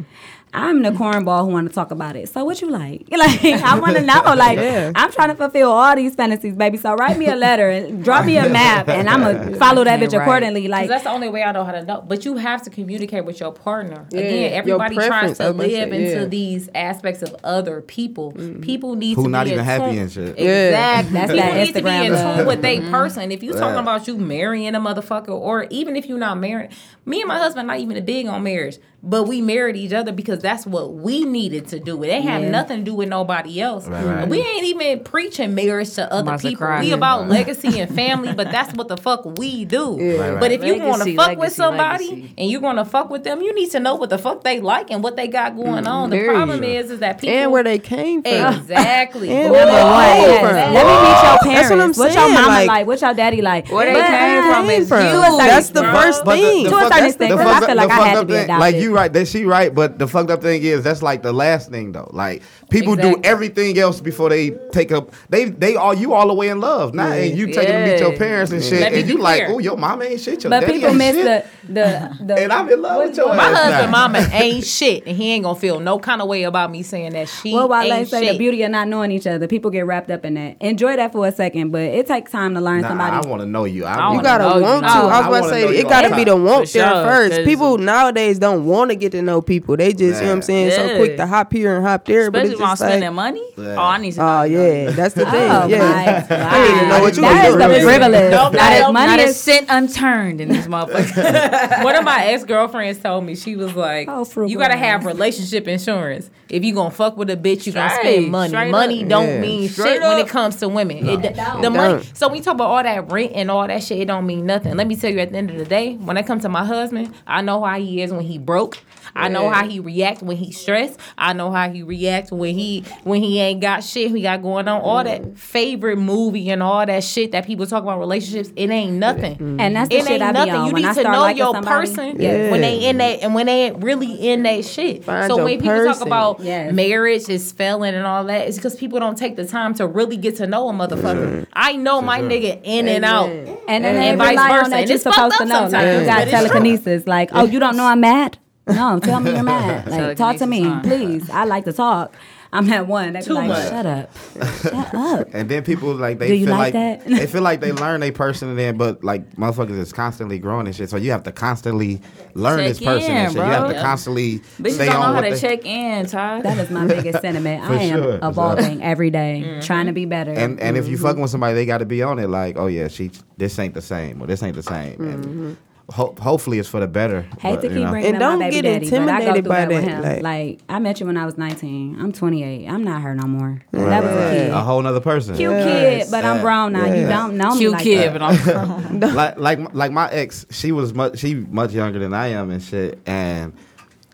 C: I'm the cornball who want to talk about it. So what you like? Like I want to know. Like
B: Yeah.
C: I'm trying to fulfill all these fantasies, baby. So write me a letter and draw me a map, and I'm gonna follow that bitch
G: Right.
C: accordingly. Like
D: Because that's the only way I know how to know. But you have to communicate with your partner.
B: your
D: Again, everybody tries
B: preference, I
D: to
B: was about to
D: live
B: say,
D: into
B: yeah. Mm-hmm.
D: these aspects of other people. People need
E: Who
D: to
E: not
D: be
E: even
D: in
E: happy
D: tune-
E: and shit.
D: Exactly.
C: That's
D: People
C: that
D: need to be
C: Instagram
D: in tune
C: love.
D: with they person. If you talking about you marrying a motherfucker, or even if you're not married, me and my husband not even big on marriage, but we married each other because that's what we needed to do. It ain't have nothing to do with nobody else.
E: right.
D: We ain't even preaching marriage to other
G: Must have
D: people.
G: cried.
D: We about legacy and family, but that's what the fuck we do.
E: Right, right.
D: But if you want to
G: Legacy,
D: fuck with
G: legacy,
D: somebody
G: legacy.
D: and you're going to fuck with them, you need to know what the fuck they like and what they got going on. The
G: Period.
D: problem is, is that people
B: And where they came from.
D: exactly.
B: And
D: Boy,
B: where they
D: oh,
B: came
C: Yes.
B: from.
C: Let me meet your parents.
B: That's what I'm
C: What's
B: saying,
C: your mama
B: like-
C: like, What's your daddy like?
G: Where they
C: But-
G: came from is
B: From.
G: you.
B: That's the
D: bro.
B: first
E: But the-
B: thing.
E: the
C: To a
E: fuck-
C: certain
E: that's the
C: extent, 'cause
E: fucked
C: I feel
E: up-
C: like
E: the
C: I had
E: fucked
C: to
E: up
C: be
E: thing-
C: adopted.
E: Like you right, that she right, but the fucked up thing is that's like the last thing though. Like people do
D: Exactly.
E: everything else before they take up. They they all you all the way in love now, and you taking to meet
G: Yeah.
E: your parents and shit,
D: Let me
E: and you
D: be
E: like,
D: clear.
E: oh your mama ain't shit, your
C: But
E: daddy
C: people
E: ain't
C: miss
E: shit.
C: the the the.
E: And I'm in love with your
D: My
E: ass
D: husband,
E: now.
D: mama ain't shit, and he ain't gonna feel no kind of way about me saying that she
C: Well, while they
D: ain't
C: say
D: shit.
C: the beauty of not knowing each other, people get wrapped up in that. Enjoy that for a second, but it takes time to learn
E: Nah, I
C: somebody.
E: want to know you. I,
G: I
E: wanna
B: You gotta
G: know you.
B: want to.
G: No,
E: Oh, I
B: I was about
E: wanna
B: to say
E: know you
B: it
E: all
B: gotta
E: the
B: be the
E: time.
B: want
G: For
B: there
G: sure,
B: first.
G: 'cause-
B: People nowadays don't want to get to know people. They just you know what I'm saying so
G: Yeah.
B: quick to hop here and hop there.
G: Especially
B: but
G: when I'm
B: it's just like,
G: spending money.
E: Yeah.
G: Oh, I need to.
B: Oh yeah, that's the thing.
C: Oh
B: yeah,
C: my
B: didn't even know
C: god,
B: what you
C: that
B: was
C: is the
B: doing.
C: privilege. That
D: Don't let
C: is
D: them-
C: money
G: Not a
C: is
G: cent unturned in this motherfucker.
D: One of my ex girlfriends told me she was like,
C: Oh, frugal
D: "You gotta
C: ass.
D: have relationship insurance. If you gonna fuck with a bitch, you gonna
G: Straight,
D: spend money.
G: straight
D: Money
G: up.
D: don't
B: Yeah.
D: mean
G: Straight
D: shit when
G: up.
D: it comes to women. It, d- the money. So we talk about all that rent and all that shit. It don't mean nothing. Let me tell you, at the end of the day, when I come to my husband, I know how he is when he broke. I know how he reacts when he's stressed. I know how he reacts when he when he ain't got shit he got going on. All
G: Mm.
D: that favorite movie and all that shit that people talk about relationships, it ain't nothing
C: and that's the
D: it
C: shit
D: ain't
C: I be
D: nothing.
C: on
D: You
C: when
D: need
C: I
D: to
C: start
D: know
C: liking
D: your
C: somebody.
D: person
B: Yeah.
D: when they in that and when they really in that shit.
B: Find
D: so
B: your
D: when people talk
B: person.
D: about
C: Yes.
D: marriage is failing and all that, it's because people don't take the time to really get to know a motherfucker. I know my nigga in and out.
C: And then
D: And
C: they
D: vice
C: rely
D: versa.
C: on that
D: And
C: you're
D: it's fucked
C: supposed
D: up
C: to know. Like,
D: sometimes,
C: you
D: but
C: got
D: it's true.
C: telekinesis. Like, oh, you don't know I'm mad? No, tell me you're mad. Like, talk to me,
G: Telekinesis, huh?
C: please. I like to talk. I'm at one. They be
D: Too
C: like,
D: much.
C: shut up. Shut up.
E: And then people like they
C: Do you
E: feel
C: like
E: like,
C: that?
E: they feel like they learn they person and then but like motherfuckers is constantly growing and shit. So you have to constantly learn
G: Check
E: this person
G: in,
E: and shit. You have
G: bro.
E: to constantly
G: Bitches
E: stay
G: don't know
E: on
G: how
E: what
G: to
E: they,
G: check in, Ty.
C: That is my biggest sentiment. I am
E: sure.
C: evolving every day, trying to be better.
E: And
B: Mm-hmm. Mm-hmm.
E: and if you fucking with somebody, they got to be on it. Like, oh yeah, she this ain't the same, or this ain't the same. And ho- hopefully it's for the better.
C: Hate
E: but,
C: to
E: you
C: keep
E: know.
C: bringing
B: And
C: up
B: don't
C: my baby
B: get
C: daddy, but I go
B: intimidated
C: through
B: by
C: that with
B: that,
C: him.
B: like-
C: Like, I met you when I was 19. I'm 28. I'm not her no more. that was a kid.
E: a whole nother person.
C: Cute kid, but I'm grown now. You don't know me
G: Cute
C: like
G: kid,
C: that.
G: but I'm
E: like like my- like my ex, she was much she much younger than I am and shit, and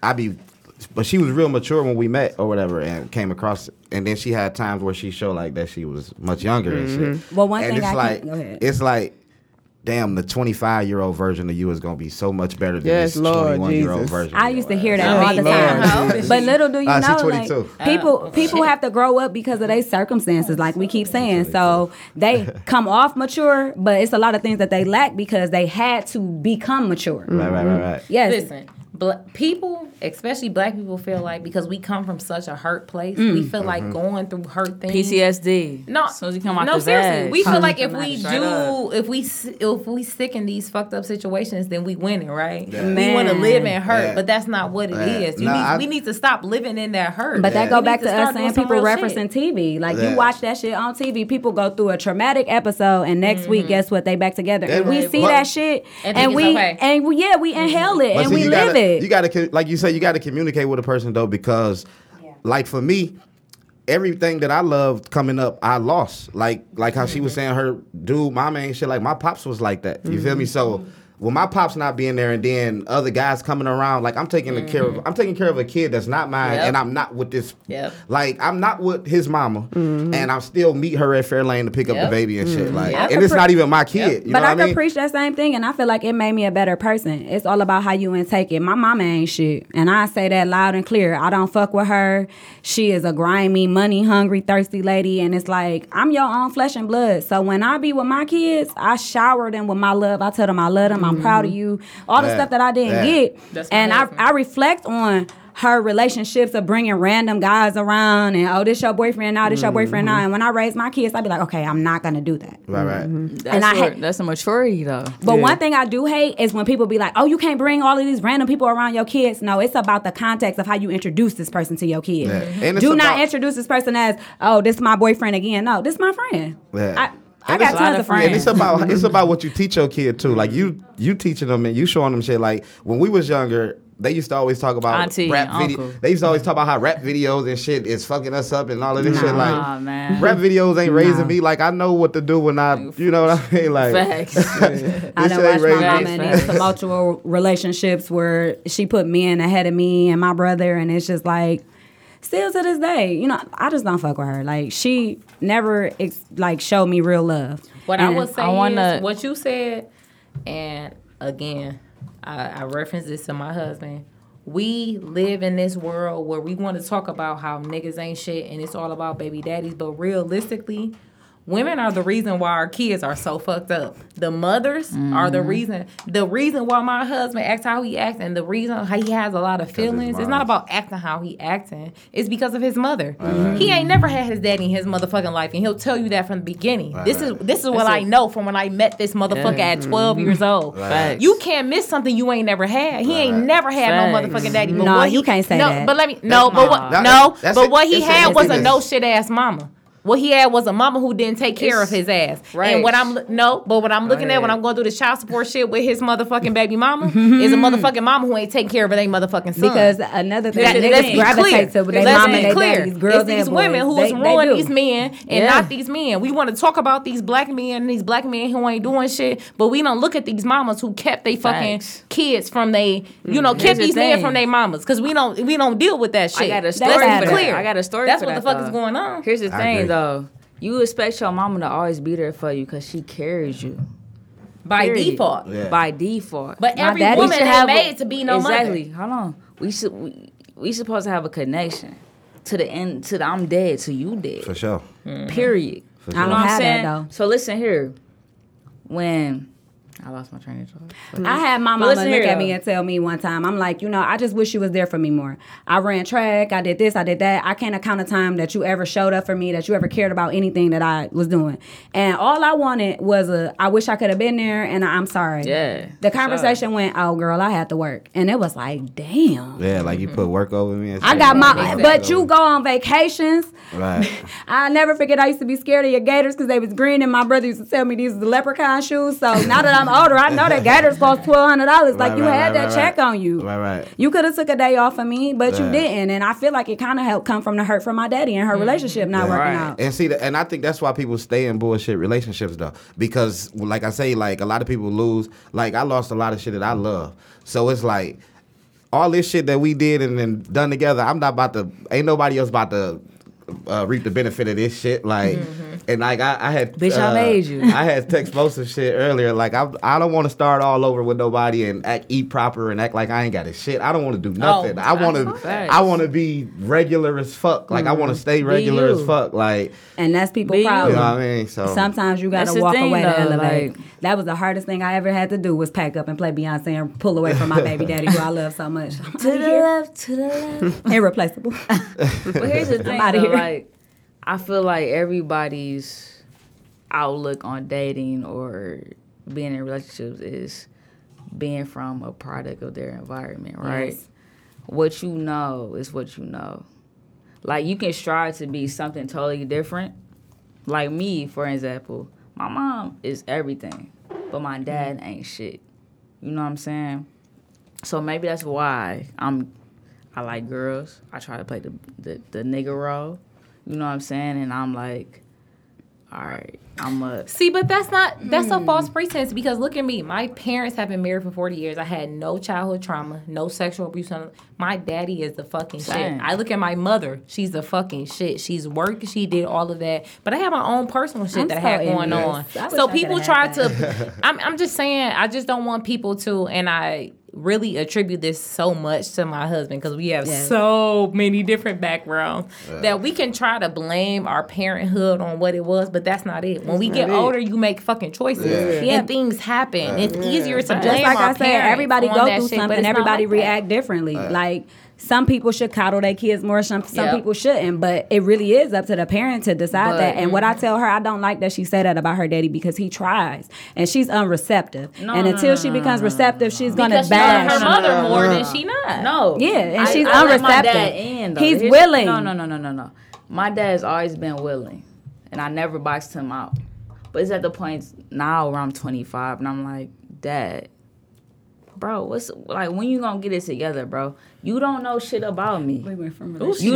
E: I be, but she was real mature when we met or whatever, and came across, and then she had times where she showed like that she was much younger and shit.
C: Mm-hmm. Well, one
E: and
C: thing
E: it's
C: I
E: like
C: can- go ahead.
E: it's like. Damn, the twenty-five-year-old version of you is gonna be so much better than
B: Yes,
E: this
B: Lord
E: twenty-one-year-old
B: Jesus.
E: version.
C: I
E: of
C: used to
E: your
C: hear that
G: I
C: all
G: mean,
C: the
G: Lord
C: time.
G: Jesus.
C: But little do you
E: Ah, she
C: know, like
E: 22.
C: people people have to grow up because of their circumstances, like we keep saying. So they come off mature, but it's a lot of things that they lack because they had to become mature.
E: Right, right, right, right.
C: Yes.
D: Listen, bla people, especially black people, feel like because we come from such a hurt place, we
C: Mm.
D: feel
B: Uh-huh.
D: like going through hurt things.
G: PTSD.
D: No,
G: as soon as you come out
D: no,
G: the
D: seriously,
G: bag.
D: we
G: Huh.
D: feel like if
G: Come out
D: we
G: straight up.
D: do, if we s- if we sick in these fucked up situations, then we winning, right? We
C: Man.
D: want to live in hurt,
E: Yeah.
D: but that's not what it is.
E: Yeah.
D: You
E: Nah,
D: need,
E: I-
D: we need to stop living in that hurt.
C: But that
D: We
C: go
D: need
C: back to,
D: start
C: us
D: doing
C: saying
D: some
C: people
D: real shit.
C: referencing TV. Like
E: Yeah.
C: you watch that shit on TV, people go through a traumatic episode, and next
D: Mm-hmm.
C: week, guess what? They back together, and we
E: right.
C: see
E: But-
C: that shit,
D: And
C: and,
D: think
C: we
D: it's okay. Mm-hmm.
C: and we, yeah, we inhale it,
E: But
C: and
E: see,
C: we
E: you
C: live
E: gotta,
C: it.
E: You gotta, co- like you say, you gotta communicate with a person though, because, like for me, everything that I loved coming up, I lost. Like, like how she was
D: Mm-hmm.
E: saying, her dude, mama ain't shit. Like my pops was like that. You feel me?
D: Mm-hmm.
E: So. When my pops not being there, and then other guys coming around, like I'm taking the care of, I'm taking care of a kid that's not mine,
D: Mm-hmm. Yep.
E: and I'm not with this.
D: Yep. Mm-hmm.
E: Like I'm not with his mama, and I'm still meet her at Fairlane to pick up
D: Yep. Mm-hmm.
E: the baby and shit. Like,
D: I
E: and
C: could
E: it's
C: pre-
E: not even my kid. You
C: but
E: know
C: I
E: what I
C: can
E: mean?
C: preach that same thing, and I feel like it made me a better person. It's all about how you intake it. My mama ain't shit, and I say that loud and clear. I don't fuck with her. She is a grimy, money hungry, thirsty lady, and it's like I'm your own flesh and blood. So when I be with my kids, I shower them with my love. I tell them I love them. I'm proud of
E: Mm-hmm.
C: you. All the
E: Yeah.
C: stuff that I didn't
E: Yeah.
C: get,
D: That's my
C: and I
D: husband.
C: I reflect on. Her relationships of bringing random guys around and oh this your boyfriend now this your boyfriend
E: Mm-hmm.
C: now and when I raise my kids I'd be like okay I'm not gonna do that
E: right, right.
D: Mm-hmm.
G: That's,
C: I
G: what-
C: ha-
G: that's a maturity though.
C: but one thing I do hate is when people be like, "Oh, you can't bring all of these random people around your kids." No, it's about the context of how you introduce this person to your kid.
E: Yeah. And it's
C: Do not
E: about-
C: introduce this person as, "Oh, this is my boyfriend again." No, this is my friend.
E: Yeah.
C: I, I got
E: And it's-
C: tons of friends.
E: And it's about it's about what you teach your kid too. Like you you teaching them and you showing them shit. Like when we was younger, they used to always talk about
G: Auntie,
E: rap
G: uncle.
E: videos. They used to always talk about how rap videos and shit is fucking us up and all of this shit.
G: Nah,
E: Like
G: man.
E: rap videos ain't raising me. Like I know what to do when I you know what I mean. Like
G: Facts.
C: I done
E: this shit
C: watched
E: ain't
C: my
E: raising
C: mama
E: me.
C: in these tumultuous relationships where she put men ahead of me and my brother, and it's just like, still to this day, you know, I just don't fuck with her. Like she never ex- like showed me real love.
D: What I
C: And
D: would say
G: I wanna-
D: is what you said, and again, I, I reference this to my husband. We live in this world where we want to talk about how niggas ain't shit and it's all about baby daddies, but realistically, women are the reason why our kids are so fucked up. The mothers are the reason. The reason why my husband acts how he acts and the reason how he has a lot of feelings. It's
E: mom.
D: not about acting how he acting. It's because of his mother. He ain't never had his daddy in his motherfucking life, and he'll tell you that from the beginning. This is this is what I know from when I met this motherfucker at
C: Mm-hmm.
D: 12 years old.
G: Facts.
D: You can't miss something you ain't never had. He ain't never had
G: Facts.
D: no motherfucking daddy. But
C: No,
D: what he-
C: you can't say
D: no,
C: that.
D: But let me no,
G: That's
D: but what,
G: not-
D: no,
E: that's
D: but
E: it.
D: what he
E: It's a-
D: had
E: it's
D: was
E: it
D: a
E: is.
D: no shit ass mama. What he had was a mama who didn't take care of his ass.
G: Right.
D: And what I'm no, but what I'm looking at when
G: ahead.
D: I'm going through the child support shit with his motherfucking baby mama is a motherfucking mama who ain't taking care of their motherfucking son.
C: Because another thing
D: Let-
C: that
D: let's
C: niggas
D: be clear.
C: gravitate to, but they
D: Let's
C: mama,
D: be
C: they
D: clear.
C: daddies, girls,
D: it's
C: and
D: these
C: boys.
D: women who
C: they,
D: is
C: they
D: ruining
C: do.
D: these men and not these men. We want to talk about these black men and these black men who ain't doing shit, but we don't look at these mamas who kept they fucking
G: Facts. Mm,
D: kids from they, you know, kept
G: the
D: these men
G: thing.
D: from their mamas because we don't we don't deal with that shit.
G: I got a
D: Let's
G: story.
D: be
G: for that.
D: clear.
G: I got a story.
D: That's
G: for
D: what
G: that,
D: the fuck
G: though.
D: is going on.
G: Here's the
E: I
G: thing,
E: agree.
G: though. You expect your mama to always be there for you because she carries you
D: by
G: Period.
D: default.
E: Yeah.
G: By default,
D: But
C: My
D: every
C: daddy
D: woman
C: should
D: ain't
C: have a-
D: made to be no
G: exactly.
D: mother.
G: Hold on. We should we, we supposed to have a connection to the end to the I'm dead to you dead.
E: For sure.
D: Mm-hmm.
G: Period.
E: For
C: I
E: sure.
G: You know
C: don't
G: what I'm
C: have that
G: saying?
C: though.
G: So listen here. When I lost my train of thought.
C: I had my
G: But
C: mama
G: listen
C: look
G: here,
C: at me
G: though.
C: and tell me one time, I'm like, you know, I just wish you was there for me more. I ran track, I did this, I did that. I can't account a time that you ever showed up for me, that you ever cared about anything that I was doing. And all I wanted was a, I wish I could have been there, and I'm sorry.
G: Yeah,
C: The
G: for sure.
C: conversation went, oh girl, I had to work, and it was like, damn.
E: Yeah, like you put work over me. And
C: I
E: shit.
C: got my,
E: Work
C: but
E: over
C: you
E: me.
C: go on vacations.
E: Right.
C: I never forget I used to be scared of your gators because they was green and my brother used to tell me these are the leprechaun shoes. So now that I'm older, I know that Gators cost twelve hundred dollars. Like
E: Right,
C: you
E: right,
C: had
E: right,
C: that
E: right,
C: check
E: right.
C: on you.
E: Right, right.
C: You could have took a day off of me, but you
E: Right.
C: didn't. And I feel like it kind of helped come from the hurt from my daddy
A: Mm-hmm.
C: and her relationship not working out.
E: And see, the, and I think that's why people stay in bullshit relationships though, because well, like I say, like a lot of people lose. Like I lost a lot of shit that I love, so it's like all this shit that we did and then done together. I'm not about to. Ain't nobody else about to. Uh, reap the benefit of this shit, like, and like I, I had,
A: Mm-hmm. Bitch, I
E: uh,
A: made you.
E: I had text most of shit earlier. Like I, I don't want to start all over with nobody and act eat proper and act like I ain't got a shit. I don't want
A: Oh,
E: to do nothing. I want to, I want to be regular as fuck. Like I want
A: Mm-hmm.
E: to stay regular as
A: you.
E: fuck. Like
C: And that's people
A: Be you.
E: you
C: problem.
E: know what I mean? So
C: Sometimes you gotta
A: That's the
C: walk
A: thing,
C: away to
A: though,
C: elevate.
A: like-
C: that was the hardest thing I ever had to do was pack up and play Beyonce and pull away from my baby daddy who I love so much. I'm
A: To the
C: outta here.
A: left, to the left.
C: Irreplaceable.
A: but here's the thing,
C: outta
A: though,
C: here.
A: like, I feel like everybody's outlook on dating or being in relationships is being from a product of their environment, right?
C: Yes.
A: What you know is what you know. Like you can strive to be something totally different. Like me, for example, my mom is everything, but my dad ain't shit. You know what I'm saying? So maybe that's why I'm. I like girls. I try to play the the, the nigga role. You know what I'm saying? And I'm like, all right, I'm a.
D: See, but that's not that's a false pretense because look at me. My parents have been married for 40 years. I had no childhood trauma, no sexual abuse. none of- My daddy is the fucking
A: Same.
D: shit. I look at my mother, she's the fucking shit. She's worked, she did all of that. But I have my own personal shit
C: I'm
D: that I
C: so
D: had going
C: envious.
D: on.
C: I wish I
D: So
C: coulda
D: people
C: had
D: try
C: that.
D: to I'm I'm just saying I just don't want people to and I really attribute this so much to my husband because we have
C: Yes.
D: so many different backgrounds that we can try to blame our parenthood on what it was, but that's not it. When we get older, you make fucking choices
C: Yeah.
D: and things happen. It's easier to blame
C: Just like
D: our
C: I said,
D: parents
C: everybody
D: on
C: go
D: that
C: through
D: shit, but
C: something.
D: it's not
C: Everybody
D: like that.
C: react differently. like some people should coddle their kids more. Some some
A: Yep.
C: people shouldn't. But it really is up to the parent to decide
A: But-
C: that. And what I
D: mm-hmm.
C: tell her, I don't like that she said that about her daddy because he tries and she's unreceptive. and until she becomes receptive, she's gonna
D: Because she
C: bash.
D: loved her mother more than she not.
A: No.
C: Yeah, and she's
A: let my dad
C: unreceptive.
A: in, though.
C: He's
A: Here's-
C: willing.
A: No, no, no, no, no, no. My dad's always been willing, and I never boxed him out. But it's at the point now where I'm 25, and I'm like, Dad, bro, what's like? When you gonna get it together, bro? You don't know shit about me. You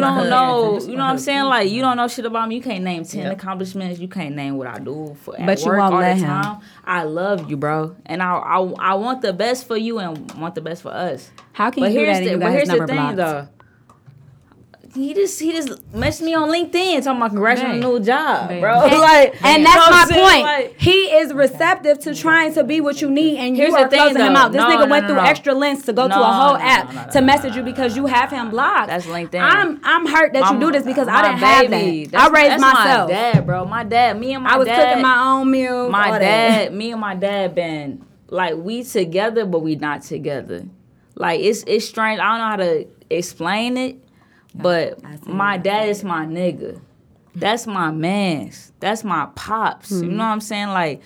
A: don't know. You know what I'm saying? Like you don't know shit about me. You can't name ten accomplishments. You can't name what I do for at
C: But you
A: work
C: won't
A: all
C: let
A: the
C: him.
A: time. I love you, bro, and I, I I want the best for you and want the best for us.
C: How can you do that? and you got
A: but
C: his
A: here's
C: number
A: the thing,
C: blocked?
A: though. He just he just messaged me on LinkedIn talking about congrats on a new job, bro.
C: And,
A: like,
C: and
A: you know
C: that's
A: what
C: my
A: I'm saying?
C: point.
A: Like,
C: he is receptive to trying to be what you need, and you
A: Here's
C: are
A: the thing,
C: closing him
A: though.
C: out. This
A: No,
C: nigga
A: no,
C: went
A: no,
C: through
A: no.
C: extra lengths to go to
A: No,
C: a whole
A: no,
C: app
A: no, no, no,
C: to
A: no,
C: message you because you have him blocked.
A: That's LinkedIn.
C: I'm I'm hurt that you
A: my-
C: do this because
A: my
C: I didn't
A: baby.
C: have that. I
A: That's-
C: raised
A: that's my
C: myself.
A: dad, bro. My dad, me and my
C: I was
A: dad,
C: cooking my own meal.
A: my
C: all that.
A: dad, me and my dad been like we together, but we not together. Like it's it's strange. I don't know how to explain it, but my dad is my nigga. That's my man's. That's my pops.
C: Hmm.
A: You know what I'm saying? Like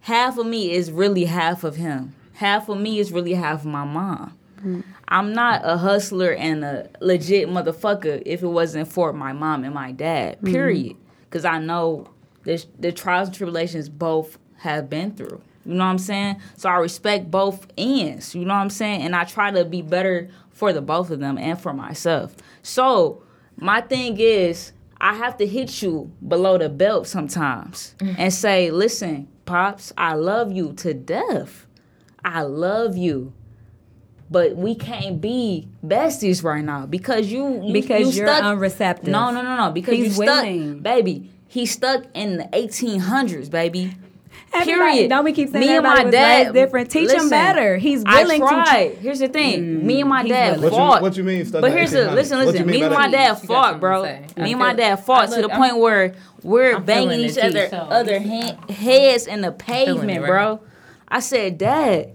A: half of me is really half of him. Half of me is really half of my mom. I'm not a hustler and a legit motherfucker if it wasn't for my mom and my dad. Period. Because I know the the trials and tribulations both have been through. You know what I'm saying? So I respect both ends. You know what I'm saying? And I try to be better for the both of them and for myself. So my thing is, I have to hit you below the belt sometimes and say, "Listen, pops, I love you to death. I love you." but we can't be besties right now because you, you
C: Because
A: you
C: you're
A: stuck,
C: unreceptive.
A: No, no, no, no. Because
C: He's
A: you stuck,
C: willing.
A: baby. He's stuck in the 1800s, baby.
C: Everybody-
A: Period.
C: Don't we keep saying everybody was raised different? Teach him better. He's willing to Mm,
A: I tried. Here's the thing. me and my dad
C: willing.
A: fought.
E: What you mean, stuck
A: But
E: in
A: here's the
E: 1800s?
A: listen,
E: What you
A: listen. Me
E: mean by
A: and
E: that?
A: my dad
D: She got
A: fought,
D: something
A: bro.
D: to say. I
A: Me
D: feel
A: and my
D: it.
A: dad
D: I
A: fought to
D: look-
A: the
D: I'm-
A: point where we're
D: I'm
A: banging
D: feeling
A: each
D: it, T,
A: other
D: so-
A: other he- heads in the pavement,
D: right?
A: bro. I said, Dad.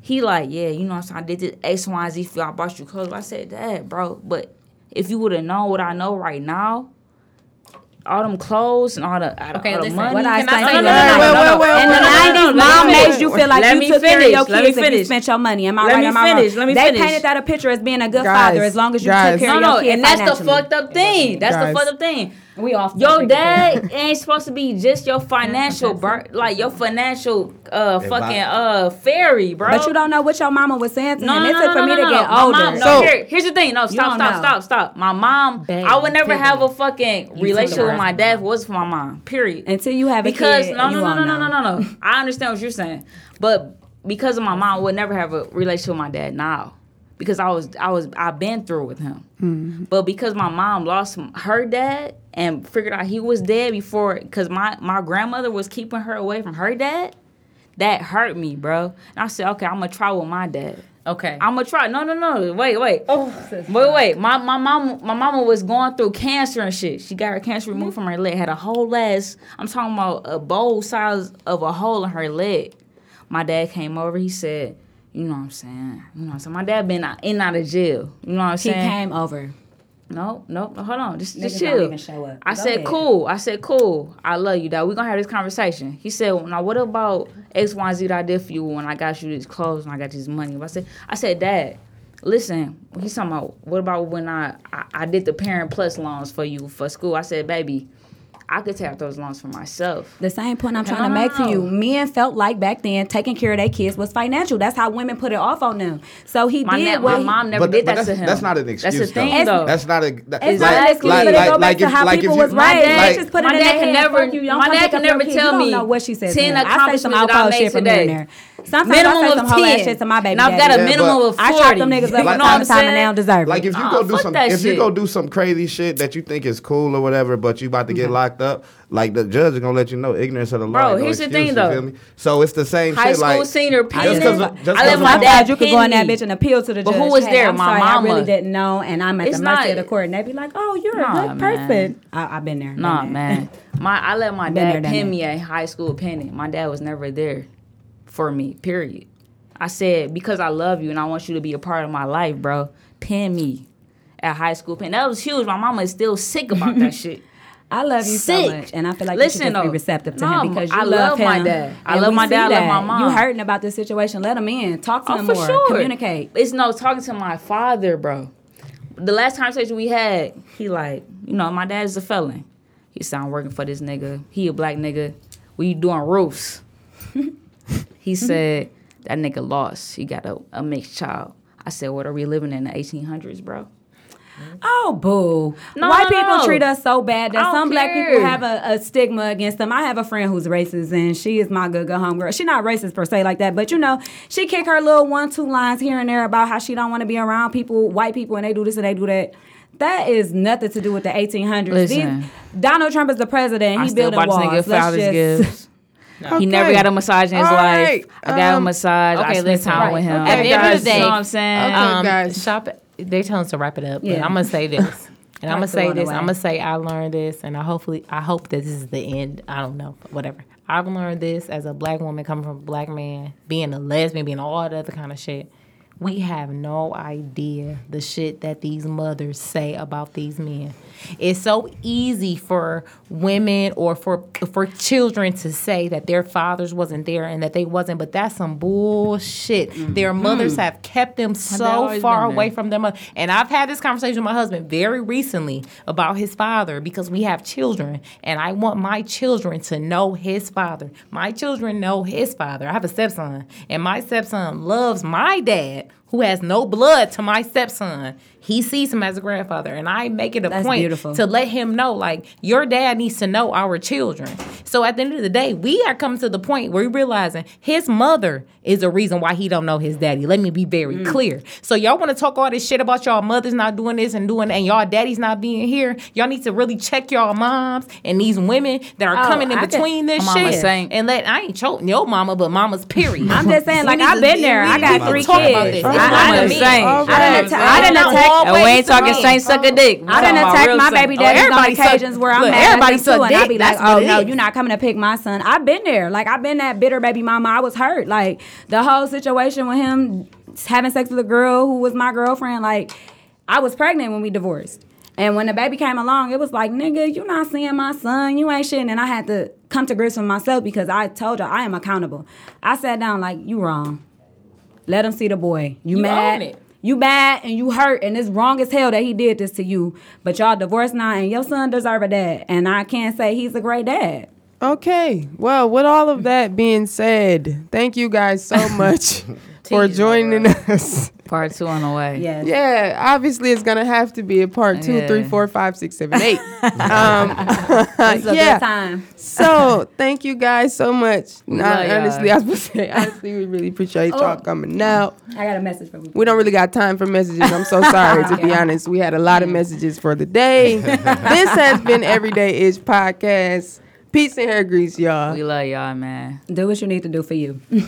A: He like, yeah, you know what I'm saying? I did this X, Y, and Z for you. I bought you clothes. I said, Dad, bro, but if you would have known what I know right now, all them clothes and all the, all the,
D: Okay,
A: all the
D: listen.
A: money.
D: What I
C: Can I
D: say-
C: say-
D: no, no,
C: no, no,
D: no, no,
C: no,
D: no,
C: no,
D: no,
C: In
D: no,
C: the
D: no,
C: nineties,
D: no, no, no,
C: mom
D: no, no.
C: made you feel like
A: Let
C: you
A: me
C: took care of your
A: finish, let me
C: kids and you
A: finish.
C: spent your money. Am I
A: Let
C: right?
A: me
C: Am I
A: finish,
C: wrong?
A: let me
C: They
A: finish.
C: painted that a picture as being a good
B: Guys,
C: father, as long as you
B: guys.
C: took care
A: no,
C: of your
A: no,
C: kids
A: and that's the
C: financially.
A: fucked up thing. That's the
B: Guys.
A: fucked up thing.
C: We off.
A: Your
C: topic again.
A: dad ain't supposed to be just your financial bur- like your financial uh
E: Advi-
A: fucking uh fairy, bro.
C: But you don't know what your mama was saying to
A: No,
C: him.
A: no,
C: It
A: no,
C: took
A: no,
C: for me
A: no,
C: to
A: no,
C: get
A: no.
C: older.
A: My mom,
B: So-
A: no, here, here's the thing. No, stop,
C: don't
A: stop,
C: know.
A: stop, stop. My mom,
D: Babe,
A: I would never
D: pivot.
A: have a fucking
D: the
A: relationship with
D: words
A: my
D: out.
A: dad if it was for my mom. Period.
C: Until you have a
A: because
C: kid,
A: no,
C: you
A: no, no,
C: won't
A: no, no,
C: know.
A: no, no, no. I understand what you're saying, but because of my mom, I would never have a relationship with my dad now. Because I was, I was, I've been through with him.
C: Mm-hmm.
A: But because my mom lost m- her dad and figured out he was dead before, because my my grandmother was keeping her away from her dad, that hurt me, bro. And I said, okay, I'm gonna try with my dad.
D: Okay.
A: I'm gonna try. No, no, no. Wait, wait. Oh, wait, wait. My my mom, my mama was going through cancer and shit. She got her cancer removed from her leg. Had a whole ass. I'm talking about a bowl size of a hole in her leg. My dad came over. He said, "You know what I'm saying? You know what I'm saying? My dad been out, in and out of jail. You know what I'm
C: He
A: saying?
C: came over.
A: No, no, no, hold on. Just, just
C: Niggas don't
A: chill.
C: even show up.
A: I
C: Go
A: said,
C: ahead.
A: cool. I said, cool. I love you, dog. We're going to have this conversation. He said, well, now what about X, Y, and Z that I did for you when I got you these clothes and I got you this money? I said, I said, Dad, listen, he's talking about, what about when I, I, I did the parent plus loans for you for school? I said, baby, I could take out those loans for myself.
C: The same point I'm trying to
A: No, no,
C: make to
A: no.
C: you. Men felt like back then taking care of their kids was financial. That's how women put it off on them. So he
A: My,
C: did
A: na-
C: what
A: my
C: he-
A: mom never
E: but,
A: did
E: but
A: that
E: that's,
A: to him.
E: That's not an excuse.
A: That's the thing,
E: though.
A: though.
E: That's not a. That,
C: It's not an excuse, but it go back to how people was
A: My
C: Right,
A: dad,
C: like-
A: just
C: just
A: put
C: put
A: my
C: it in
A: dad
C: their
A: can
C: head,
A: never.
C: fuck you, you don't
A: my
C: come
A: dad
C: pick
A: can
C: up your
A: never
C: kids.
A: tell
C: You don't
A: me
C: know what she says
A: Ten
C: now. I say some
A: accomplishments that I
C: alcohol
A: made
C: shit from here and
A: today.
C: there. Sometimes I say
A: minimum
C: some
A: of
C: whole ass
A: 10.
C: shit to my baby
A: And I've got a
C: daddy.
A: minimum
E: but-
A: of
C: I
A: forty.
C: chop them niggas up
E: Like-
C: all the time and they
A: now
C: don't deserve it.
E: Like if you
A: Nah,
E: go do
A: Oh, fuck
E: some,
A: that
E: if you
A: shit.
E: go do some crazy shit that you think is cool or whatever, but you about to get locked up, like the judge is gonna let you know ignorance of the law.
A: Mm-hmm. Bro,
E: ain't no
A: here's the
E: excuse,
A: thing,
E: you
A: though.
E: feel me? So it's the same
A: High
E: shit.
A: school
E: like,
A: senior
E: just 'cause of-
A: penis.
E: just
A: I
E: 'cause
A: let
E: of-
A: my
C: my
A: dad
C: dad, you could go
A: pin
C: in that
A: me.
C: bitch and appeal to the
A: But
C: judge.
A: who was
C: hey,
A: there?
C: I'm
A: My
C: sorry, I
A: mama.
C: really didn't know, and I'm at
A: It's
C: the mercy
A: not-
C: of the court. And they be like, "Oh, you're
A: Nah,
C: a good
A: man.
C: person." I, I've been there. been
A: Nah,
C: there.
A: man. My I let my
C: Been there,
A: dad
C: done
A: pin
C: that.
A: me at high school pinning. My dad was never there for me. Period. I said because I love you and I want you to be a part of my life, bro. Pin me at high school pin. That was huge. My mama is still sick about that shit.
C: I love you
A: Sick.
C: so much, and I feel like
A: Listen,
C: you should just
A: though.
C: be receptive to
A: No,
C: him because you
A: I love
C: love, him.
A: my dad. I
C: and
A: love
C: we
A: my
C: see
A: dad, I love my
C: that.
A: mom.
C: You hurting about this situation? Let him in. Talk to
A: Oh,
C: him
A: for
C: more.
A: sure.
C: Communicate.
A: It's no talking to my father, bro. The last conversation we had, he like, you know, my dad's a felon. He said, I'm working for this nigga. He a black nigga. We doing roofs. he said, that nigga lost. He got a, a mixed child. I said, what are we living in the 1800s, bro?
C: Oh, boo.
A: No,
C: White
A: no,
C: people
A: no.
C: treat us so bad
A: I
C: that
A: don't
C: some black
A: care.
C: people have a, a stigma against them. I have a friend who's racist, and she is my good, good homegirl. She's not racist per se like that, but you know, she kick her little one, two lines here and there about how she don't want to be around people, white people, and they do this and they do that. That is nothing to do with the 1800s.
A: Listen.
C: These- Donald Trump is the president.
A: I
C: He
A: still
C: building
A: bought this
C: walls.
A: nigga
C: Let's
A: father's
C: just-
A: gifts. He never
B: Okay.
A: got a massage in his
B: All
A: life.
B: right.
A: I got him
B: Um,
A: a massage. I
D: okay,
A: spent
D: listen.
A: time with
D: Right.
A: him.
D: Okay, At the end of the
A: you
D: day-
A: know what I'm saying?
B: Okay,
D: um,
B: guys.
D: Shop. They tell us to wrap it up, but
C: Yeah.
D: I'm gonna say this, and I'm gonna
C: That's the
D: say
C: one
D: this.
C: away.
D: I'm gonna say I learned this, and I hopefully I hope that this is the end. I don't know, whatever. I've learned this as a black woman coming from a black man, being a lesbian, being all the other kind of shit. We have no idea the shit that these mothers say about these men. It's so easy for women or for for children to say that their fathers wasn't there and that they wasn't, but that's some bullshit. Their
A: Mm-hmm.
D: mothers have kept them so
A: always
D: far
A: been there?
D: away from their mother. And I've had this conversation with my husband very recently about his father because we have children, and I want my children to know his father. My children know his father. I have a stepson, and my stepson loves my dad, who has no blood to my stepson. He sees him as a grandfather, and I make it a
C: That's
D: point
C: beautiful.
D: to let him know, like, your dad needs to know our children. So at the end of the day, we are coming to the point where we're realizing his mother is the reason why he don't know his daddy. Let me be very
C: Mm.
D: clear. So y'all want to talk all this shit about y'all mothers not doing this and doing and y'all daddies not being here. Y'all need to really check y'all moms and these women that are
C: Oh,
D: coming in
C: I can-
D: between this
A: My mama
D: shit.
A: saying-
D: and let I ain't choking your mama, but mama's period.
C: I'm just saying, like,
D: We need
C: I've
D: to-
C: been there.
D: we
C: I
D: need
C: got
D: to
C: three
D: talk about
C: kids.
D: this.
C: I-
D: This
C: I
D: mama
C: done-
D: is
A: saying.
C: I done atta- I done
D: All
C: attacked.
A: And we ain't talking saint suck a dick.
C: I done attacked my baby daddy
D: Oh, everybody
C: on
D: suck-
C: occasions where I'm
D: look,
C: mad
D: everybody
C: at
D: suck
C: them too, and I
D: dick.
C: be like,
D: That's
C: "Oh
D: what it
C: no,
D: is.
C: you're not coming to pick my son." I've been there. Like I've been that bitter baby mama. I was hurt. Like the whole situation with him having sex with a girl who was my girlfriend. Like I was pregnant when we divorced, and when the baby came along, it was like, "Nigga, you're not seeing my son. You ain't shit." And I had to come to grips with myself because I told her I am accountable. I sat down like, "You wrong." Let him see the boy. You,
D: You
C: mad?
D: own it.
C: You bad and you hurt and it's wrong as hell that he did this to you. But y'all divorced now and your son deserve a dad. And I can't say he's a great dad.
B: Okay. Well, with all of that being said, thank you guys so much for joining us.
A: Part two on the way.
C: Yes.
B: Yeah, obviously it's gonna have to be a part two, three,
A: Yeah.
B: four, five, six, seven, eight. um,
C: It's a
B: yeah.
C: good time.
B: So thank you guys so much. Nah,
A: love Oh. y'all.
B: honestly, I was gonna say honestly, we really appreciate y'all coming out.
C: I got a message from you.
B: We don't really got time for messages. I'm so sorry to be honest. We had a lot of messages for the day. this has been Everyday Ish Podcast. Peace and hair grease, y'all.
A: We love y'all, man.
C: Do what you need to do for you.